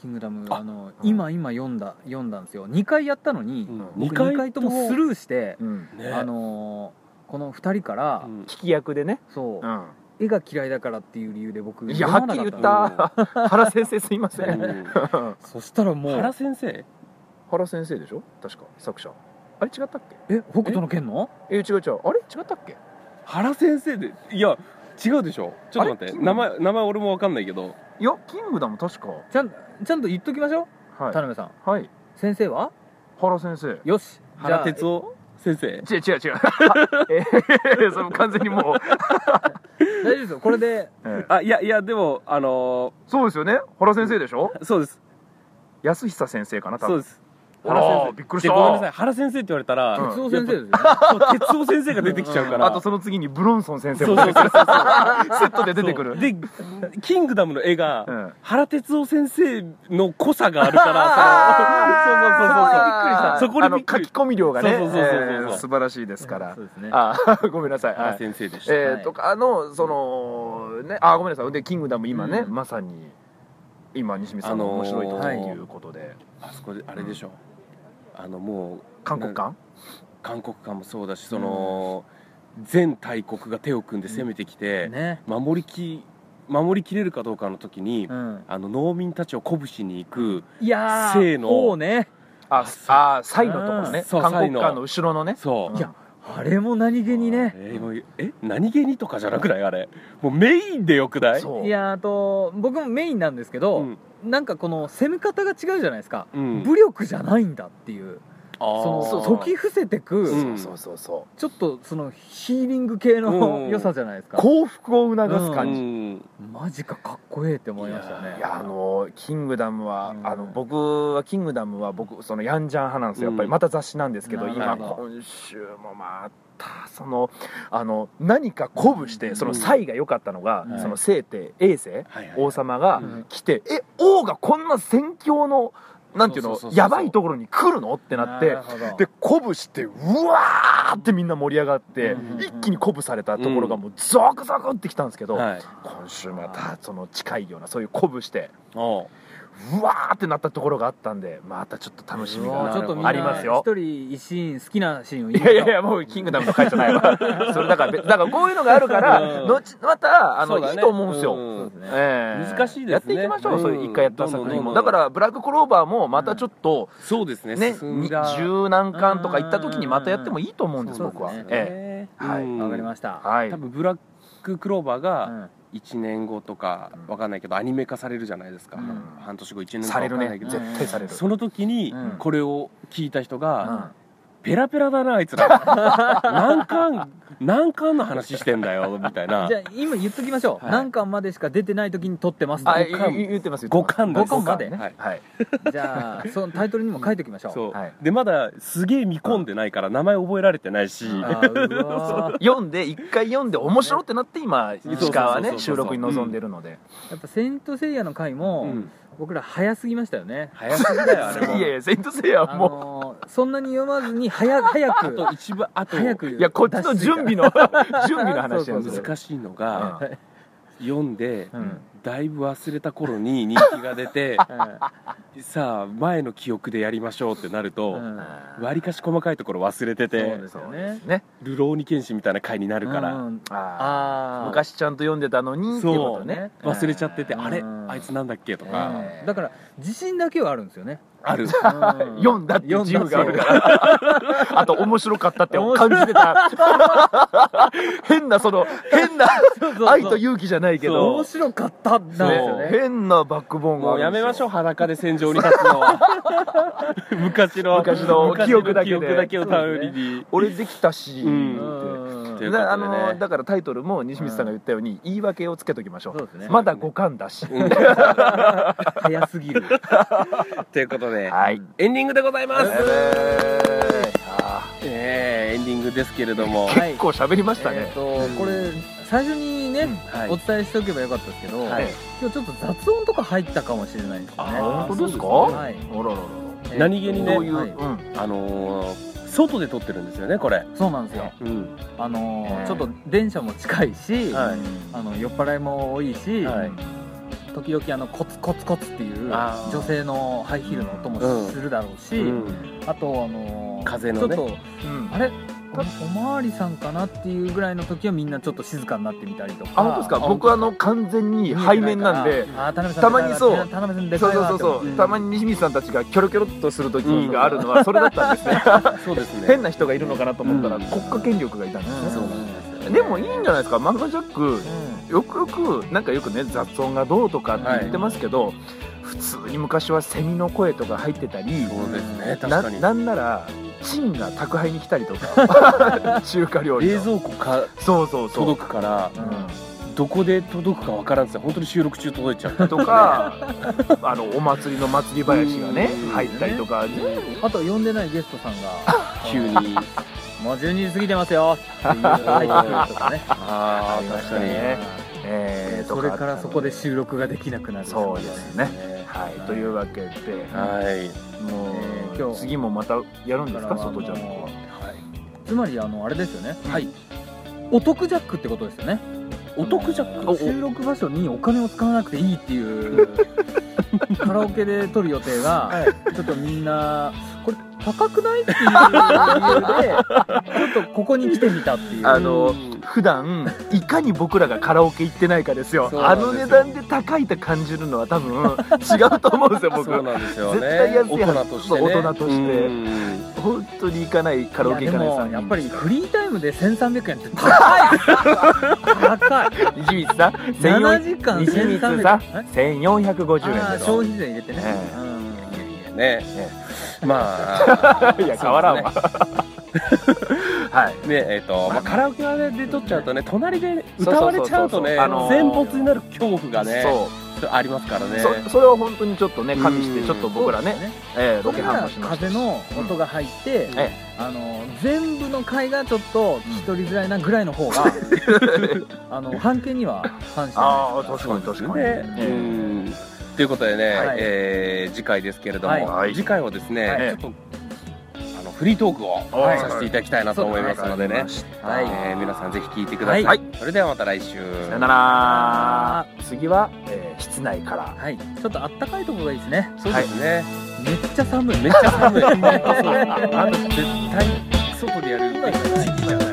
Speaker 3: キングダム
Speaker 1: あ
Speaker 3: あの、今今読んだ読んだんですよ2回やったのに、
Speaker 1: うん
Speaker 3: 僕
Speaker 1: 二
Speaker 3: 2回
Speaker 1: 回
Speaker 3: ともスルーして」、
Speaker 2: うん
Speaker 1: ね
Speaker 3: あのーこの2人から、
Speaker 1: うん
Speaker 2: 聞き役でね、
Speaker 3: そうう、
Speaker 2: ん、
Speaker 3: 絵が嫌いだからっていう理由で僕
Speaker 2: いやは
Speaker 3: 読
Speaker 2: っ
Speaker 3: ま
Speaker 2: き
Speaker 3: な
Speaker 2: り
Speaker 3: か
Speaker 2: 言
Speaker 3: た
Speaker 2: っ
Speaker 3: の
Speaker 2: た *laughs* 原先生すいませ
Speaker 1: うんん
Speaker 3: そしたらも
Speaker 1: 原
Speaker 3: う
Speaker 1: 先生
Speaker 2: 原先生でしょ確か作者あれ違ったっけ
Speaker 3: え北斗の剣の
Speaker 2: え違う違うあれ違ったっけ
Speaker 1: 原先生でいや違うでしょちょっと待
Speaker 2: あれ
Speaker 1: って
Speaker 2: キング
Speaker 1: 名前名前俺もわかんないけど
Speaker 2: いや「キングダム」確か
Speaker 3: ちゃんちゃんと言っときましょう、
Speaker 2: はい
Speaker 3: 田辺さん
Speaker 2: はい
Speaker 3: 先生は
Speaker 2: 原先生
Speaker 3: よしじゃ
Speaker 1: 原
Speaker 3: あ
Speaker 1: 哲夫先生
Speaker 2: 違う違う違う *laughs* えーそれ完全にもう、
Speaker 3: 大丈夫ですよこれで
Speaker 1: あいやいやでもあの
Speaker 2: そうですよね原先生でしょ
Speaker 1: ーそうです
Speaker 2: 安久先生かな多
Speaker 1: そう
Speaker 2: 分
Speaker 1: です原
Speaker 2: あ
Speaker 1: 先生
Speaker 2: ーびっくりした
Speaker 1: でごめんなさい原先生って言われたら、
Speaker 2: うん
Speaker 3: 哲夫
Speaker 2: *laughs*
Speaker 3: 先生ですよね
Speaker 1: そう哲夫先生が出てきちゃうから
Speaker 2: あとその次にブロンソン先生
Speaker 1: そ
Speaker 2: も
Speaker 1: うそうそうそう
Speaker 2: セット *laughs* で出てくる
Speaker 1: でキングダムの絵が、
Speaker 2: うん
Speaker 1: 原哲夫先生の濃さがある
Speaker 2: *laughs* あー
Speaker 1: からそのそうそうそうそうそこに
Speaker 2: あの
Speaker 1: びっくり
Speaker 2: 書き込み量がね
Speaker 1: そうそうそうそうそう
Speaker 2: えー素晴らしいですから
Speaker 3: そうですね
Speaker 2: あー *laughs* ごめんなさい、は
Speaker 1: 原
Speaker 2: い、
Speaker 1: 先生でした、
Speaker 2: えー、とかのそのねあーごめんなさいでキングダム今ね、
Speaker 3: うん
Speaker 2: まさに今西見さんの面白いとこということで、
Speaker 1: あそこであれでしょ、あのもう
Speaker 2: 韓国館
Speaker 1: 韓国間もそうだしその、全大国が手を組んで攻めてきて、
Speaker 3: ね
Speaker 1: 守りき守りきれるかどうかの時に、
Speaker 3: うん
Speaker 1: あの農民たちを鼓舞しに行く
Speaker 3: いやー
Speaker 1: せーの
Speaker 3: そうね
Speaker 2: ああーサイのところ
Speaker 1: うん
Speaker 2: ね
Speaker 1: そう
Speaker 2: 韓
Speaker 1: サイ
Speaker 2: 国
Speaker 1: の
Speaker 2: 館の後ろのね
Speaker 1: そう
Speaker 3: いやあれも何気にね
Speaker 1: えもうえ何気にとかじゃなくないあれもうメインでよくない
Speaker 2: そう
Speaker 3: いやーあと僕もメインなんですけど、
Speaker 1: うん
Speaker 3: なんかこの攻め方が違うじゃないですか、
Speaker 1: うん
Speaker 3: 武力じゃないんだっていう
Speaker 1: あ
Speaker 3: そ
Speaker 2: そう
Speaker 3: の解き伏せてく、
Speaker 1: うん
Speaker 2: そうそうそうそう
Speaker 3: ちょっとそのヒーリング系
Speaker 1: う
Speaker 3: の
Speaker 1: ん
Speaker 3: 良さじゃないですか
Speaker 2: 幸福を促す感じ、
Speaker 1: うん
Speaker 3: マジかかっこええって思いましたね
Speaker 2: いやあの「キングダムは」
Speaker 3: うん
Speaker 2: あの僕は「キングダムは」僕そのヤンジャン派なんですよやっぱり
Speaker 1: うん
Speaker 2: また雑誌なんですけど、
Speaker 3: なる
Speaker 2: 今
Speaker 3: ほど
Speaker 2: 今週もまたそのあの何か鼓舞し
Speaker 3: う
Speaker 2: て
Speaker 3: ん
Speaker 2: その才が良かったのが、
Speaker 3: うん
Speaker 2: その聖帝永世
Speaker 1: はいはい
Speaker 2: 王様が
Speaker 3: うん
Speaker 2: 来て、え王がこんな戦況のなんていう
Speaker 1: そう
Speaker 2: の
Speaker 1: そうそうそう
Speaker 2: やばいところに来るのってなって
Speaker 3: るほど
Speaker 2: で鼓舞してうわーってみんな盛り上がって、
Speaker 3: うん
Speaker 2: 一気に鼓舞されたところがもうゾクゾクってきたんですけど、
Speaker 1: はい
Speaker 2: 今週またその近いようなそういう鼓舞して
Speaker 1: おう
Speaker 2: うわーってなったところがあったんでまたちょっと楽しみ
Speaker 3: もう
Speaker 2: が
Speaker 3: ちょっとみん
Speaker 2: あ
Speaker 3: な
Speaker 2: りますよ
Speaker 3: 一人一シーン好きなシーンを
Speaker 2: い
Speaker 3: 言
Speaker 2: やいやい
Speaker 3: や
Speaker 2: やもう「キングダム」の回じゃないわ *laughs* それだから別だからこういうのがあるから、
Speaker 1: うん
Speaker 2: 後またあの、
Speaker 1: そうだね
Speaker 2: いいと思うんですよ、
Speaker 1: うん
Speaker 3: そうですね
Speaker 2: ええ
Speaker 1: 難しいですね
Speaker 2: やっていきましょう、
Speaker 1: うん
Speaker 2: そういう一回やった作品も
Speaker 1: どんどんどんど
Speaker 2: だ
Speaker 1: ん
Speaker 2: からブラッククローバーもまたちょっと
Speaker 1: そうですね
Speaker 2: ね
Speaker 1: 進ん
Speaker 2: に
Speaker 1: だ
Speaker 2: 十何巻とか行った時にまたやってもいいと思うんです、
Speaker 3: うん
Speaker 2: 僕は、
Speaker 3: そうですね
Speaker 2: ええはい
Speaker 1: うん
Speaker 3: わかりました、
Speaker 2: はい
Speaker 1: 多分ブラッククローバー
Speaker 3: う
Speaker 1: が
Speaker 3: ん
Speaker 1: 1年後とか
Speaker 2: うん
Speaker 1: わかんないけどアニメ化されるじゃないですか、
Speaker 3: うん
Speaker 1: 半年後1年後
Speaker 2: される
Speaker 1: わかんな
Speaker 2: ね
Speaker 1: いけど
Speaker 2: 絶対される、
Speaker 1: その時に
Speaker 3: うん
Speaker 1: これを聞いた人
Speaker 2: う
Speaker 1: が
Speaker 2: ん
Speaker 1: 「ペラペラだなあいつら *laughs* 何巻何巻の話してんだよ」みたいな
Speaker 3: じゃあ今言っときましょう、
Speaker 1: はい
Speaker 3: 何巻までしか出てない時に撮ってます
Speaker 2: あ
Speaker 3: って
Speaker 2: い
Speaker 1: 五巻
Speaker 2: 言ってます言ってます
Speaker 1: 五巻です
Speaker 3: 五巻まで
Speaker 2: ね
Speaker 1: はい
Speaker 2: はい
Speaker 3: じ
Speaker 2: *laughs*
Speaker 3: ゃあそのタイトルにも書いておきましょう
Speaker 1: そう、
Speaker 2: はい
Speaker 1: でまだすげえ見込んでないから名前覚えられてないし、
Speaker 3: あ
Speaker 2: *laughs*
Speaker 3: ーうわー
Speaker 2: 読んで一回読んで面白ってなって今
Speaker 1: そう
Speaker 2: 石川は
Speaker 1: そ
Speaker 2: ね
Speaker 1: うそ
Speaker 2: 収
Speaker 1: うそうそう
Speaker 2: 録に臨んでるので、
Speaker 3: やっぱ「セント・セイヤ」の回も、
Speaker 1: うん
Speaker 3: 僕ら早すぎましたよね
Speaker 1: 早すぎだよあれ
Speaker 2: いやい
Speaker 1: も
Speaker 2: やセイントセイヤ
Speaker 3: あ
Speaker 2: はも
Speaker 3: のーそんなに読まず
Speaker 2: *laughs*
Speaker 3: に早早
Speaker 1: あ
Speaker 3: く
Speaker 1: と一番あと
Speaker 3: 早く
Speaker 2: ういやこっちの準備の準備の話なんですよ
Speaker 1: 難しいのが、
Speaker 2: うん
Speaker 1: 読んで
Speaker 3: うん
Speaker 2: *laughs*
Speaker 3: うん
Speaker 1: だいぶ忘れた頃に人気が出てさあ前の記憶でやりましょうってなると、
Speaker 3: うん
Speaker 1: わりかし細かいところ忘れて
Speaker 3: そう
Speaker 1: て
Speaker 3: ですよ
Speaker 2: そうで
Speaker 3: ね
Speaker 2: すね
Speaker 1: 流浪に剣士みたいな回になるから、
Speaker 3: うん
Speaker 2: あ
Speaker 3: あ
Speaker 2: ー
Speaker 3: あ
Speaker 2: 昔ちゃんと読んでたのにっていうことね
Speaker 1: 忘れちゃってて、
Speaker 2: うん
Speaker 1: あれ
Speaker 3: うん
Speaker 1: あいつなんだっけと
Speaker 2: か
Speaker 1: か、
Speaker 2: うん
Speaker 3: だから自信だけはあるんですよね、
Speaker 1: ある
Speaker 3: うん
Speaker 2: 読んだっていう自由があるから *laughs* あと面白かったって
Speaker 3: 面
Speaker 2: 感じてた *laughs* 変なその変な
Speaker 3: そうそうそう
Speaker 2: 愛と勇気じゃないけ
Speaker 1: そう
Speaker 2: ど
Speaker 3: 面白かったなんですよ
Speaker 2: ね
Speaker 3: ね
Speaker 2: 変なバックボーンが
Speaker 1: もうやめましょう
Speaker 2: う
Speaker 1: 裸で戦場に立つのは昔の
Speaker 2: 昔の記憶だけで
Speaker 1: 記憶だけを頼りに、
Speaker 2: 俺できたし、
Speaker 1: うん
Speaker 2: って
Speaker 3: うん
Speaker 1: ということでね
Speaker 2: だあのだからタイトルも西光さんが言ったように、言い訳をつけときましょう
Speaker 3: そうですね
Speaker 2: まだ五巻だし、
Speaker 3: 早すぎる
Speaker 1: ということで
Speaker 2: はい
Speaker 1: エンディングでございます、
Speaker 2: あ
Speaker 1: えーエンディングですけれど
Speaker 2: *laughs*
Speaker 1: も、
Speaker 2: ー結構喋りました
Speaker 3: え
Speaker 2: ね
Speaker 3: ー、とこれ最初にね、
Speaker 1: はい
Speaker 3: お伝えしておけばよかったですけど、
Speaker 2: はい
Speaker 3: 今日ちょっと雑音とか入ったかもしれないですね
Speaker 1: あー
Speaker 2: 本当ですか
Speaker 1: そう
Speaker 2: で
Speaker 3: はい、
Speaker 2: あららら
Speaker 3: えー
Speaker 1: 何気に
Speaker 2: ら
Speaker 1: ね
Speaker 2: どういう、
Speaker 3: はい
Speaker 2: うん
Speaker 1: あのー外で撮ってるんですよねこれ、
Speaker 3: そうなんですよ
Speaker 1: うん、
Speaker 3: あのー
Speaker 2: えー
Speaker 3: ちょっと電車も近いし、
Speaker 1: はい
Speaker 3: あの酔っ払いも多いし、
Speaker 1: はい
Speaker 3: 時々あのコツコツコツっていう
Speaker 1: あー
Speaker 3: 女性のハイヒールの音
Speaker 1: うん
Speaker 3: もするだろうし、
Speaker 1: うん
Speaker 3: あとあのー
Speaker 1: 風のね
Speaker 3: ちょっと
Speaker 2: うん
Speaker 3: あれおおまわりさんかなっていうぐらいの時はみんなちょっと静かになってみたりとか
Speaker 2: あ本当ですか僕あの完全に背面なんで
Speaker 3: あー田辺さん
Speaker 2: たまにそう
Speaker 3: でかいわ田辺さんで
Speaker 2: そ
Speaker 3: か
Speaker 2: う
Speaker 3: い
Speaker 2: そう
Speaker 3: わ
Speaker 2: そうそう、
Speaker 1: うん
Speaker 2: たまに西光さんたちがキョロキョロっとする時があるのはそれだったんですね、
Speaker 1: そうですね
Speaker 2: 変な人がいるのかなと思ったら、
Speaker 1: うん
Speaker 2: 国家権力がいたんですね、
Speaker 3: ん
Speaker 1: そうなんですよね
Speaker 2: でもいいんじゃないですか漫画ジャックよくよくなんかよくね雑音がどうとかって言ってますけど、普通に昔はセミの声とか入ってたり
Speaker 1: そうですね確
Speaker 2: な
Speaker 1: かに
Speaker 2: なんならチンが宅配に来たりとか中華料理
Speaker 1: 冷
Speaker 2: の
Speaker 1: 蔵庫か
Speaker 2: そうそうそう
Speaker 1: 届くからどこで届くかわからんっすよ本当に収録中届い
Speaker 2: *laughs*
Speaker 1: ちゃう
Speaker 2: とかあのお祭りの祭り林がね
Speaker 1: うん
Speaker 2: 入ったりとか、
Speaker 3: あと呼んでないゲストさん
Speaker 2: *laughs*
Speaker 3: が
Speaker 1: 急に
Speaker 3: もう12時過ぎてますよっていう入ってくるとか
Speaker 2: *laughs*
Speaker 3: ね
Speaker 1: あー確かに
Speaker 2: ねえーと
Speaker 3: そ
Speaker 2: か
Speaker 3: れ
Speaker 2: あった
Speaker 3: か
Speaker 2: の
Speaker 3: ら
Speaker 2: で
Speaker 3: そこで収録ができなくなる
Speaker 2: そうですねはい、というわけで、
Speaker 1: はい
Speaker 2: もう、
Speaker 3: えー今日
Speaker 2: 次もまたやるんですか
Speaker 3: だから
Speaker 2: 外じゃんとは
Speaker 3: はいつまりあのあれですよね
Speaker 1: はい
Speaker 3: お得ジャックってことですよね
Speaker 1: お得ジャック
Speaker 2: おお
Speaker 3: 収録場所にお金を使わなくていいっていう
Speaker 2: *laughs*
Speaker 3: カラオケで撮る予定が、ちょっとみんなこれ高くないっていう理由でちょっとここに来てみたっていう
Speaker 2: あの普段いかに僕らがカラオケ行ってないかですよ
Speaker 1: そうな
Speaker 2: あ
Speaker 1: んです
Speaker 2: の
Speaker 1: よ
Speaker 2: 値段で高いと感じるのは多分違うと思うんですよ僕
Speaker 1: そうなんですよね
Speaker 2: 絶対安いはず
Speaker 1: 大人とし
Speaker 2: そ
Speaker 1: てね
Speaker 2: う大人として
Speaker 1: うん
Speaker 2: 本当に行かないカラオケ
Speaker 3: い
Speaker 2: 行か
Speaker 3: やで
Speaker 2: ない
Speaker 3: も
Speaker 2: さん
Speaker 3: やっぱりフリータイムで1300円って高い高い
Speaker 2: 西光さん
Speaker 1: *laughs*
Speaker 3: 7時間
Speaker 2: 西光
Speaker 3: 1300
Speaker 2: さん
Speaker 3: 円え
Speaker 2: 1450円
Speaker 3: あ
Speaker 2: で
Speaker 3: ー
Speaker 2: *laughs* す
Speaker 3: 消費税入れてね、
Speaker 2: え
Speaker 3: うん
Speaker 1: ね
Speaker 2: ね
Speaker 1: まあ *laughs*
Speaker 2: いや変わらんわ、はい
Speaker 1: ねえっ、と、まあ、カラオケはねで撮っちゃうとね隣で歌われちゃうとね
Speaker 2: そうそうそうそうあ
Speaker 1: 全
Speaker 2: のー
Speaker 1: 没になる恐怖がね
Speaker 2: そう
Speaker 1: ありますからね
Speaker 2: そそれを本当にちょっとね加味し
Speaker 1: う
Speaker 2: て
Speaker 1: ん
Speaker 2: ちょっと僕らね、えーロ
Speaker 3: 僕
Speaker 2: ケハン
Speaker 3: ら
Speaker 2: もしました
Speaker 3: 風の音が入って、
Speaker 1: うん
Speaker 2: え
Speaker 3: あの全部の回がちょっと聞き取りづらいなぐらいの方が、あの判定には反して
Speaker 2: あ
Speaker 3: な
Speaker 2: あ
Speaker 3: いです
Speaker 2: 確かに確かに、
Speaker 1: ね
Speaker 2: ええ
Speaker 1: うんということでね、
Speaker 3: はい
Speaker 1: えー次回ですけれども、
Speaker 2: はい
Speaker 1: 次回はですね、
Speaker 3: はい
Speaker 1: ちょっとあのフリートークを
Speaker 2: はい
Speaker 1: させていただきたいなと思いますのでね、
Speaker 2: わかりました
Speaker 3: はい
Speaker 1: えー皆さんぜひ聞いてください、
Speaker 2: はい
Speaker 1: それではまた来週
Speaker 2: さよなら次は、えー室内から
Speaker 3: はいちょっとあったかいところがいいですね
Speaker 1: そうですね、
Speaker 3: めっちゃ寒い
Speaker 1: めっちゃ寒いあと絶対外でやるべき時期じゃん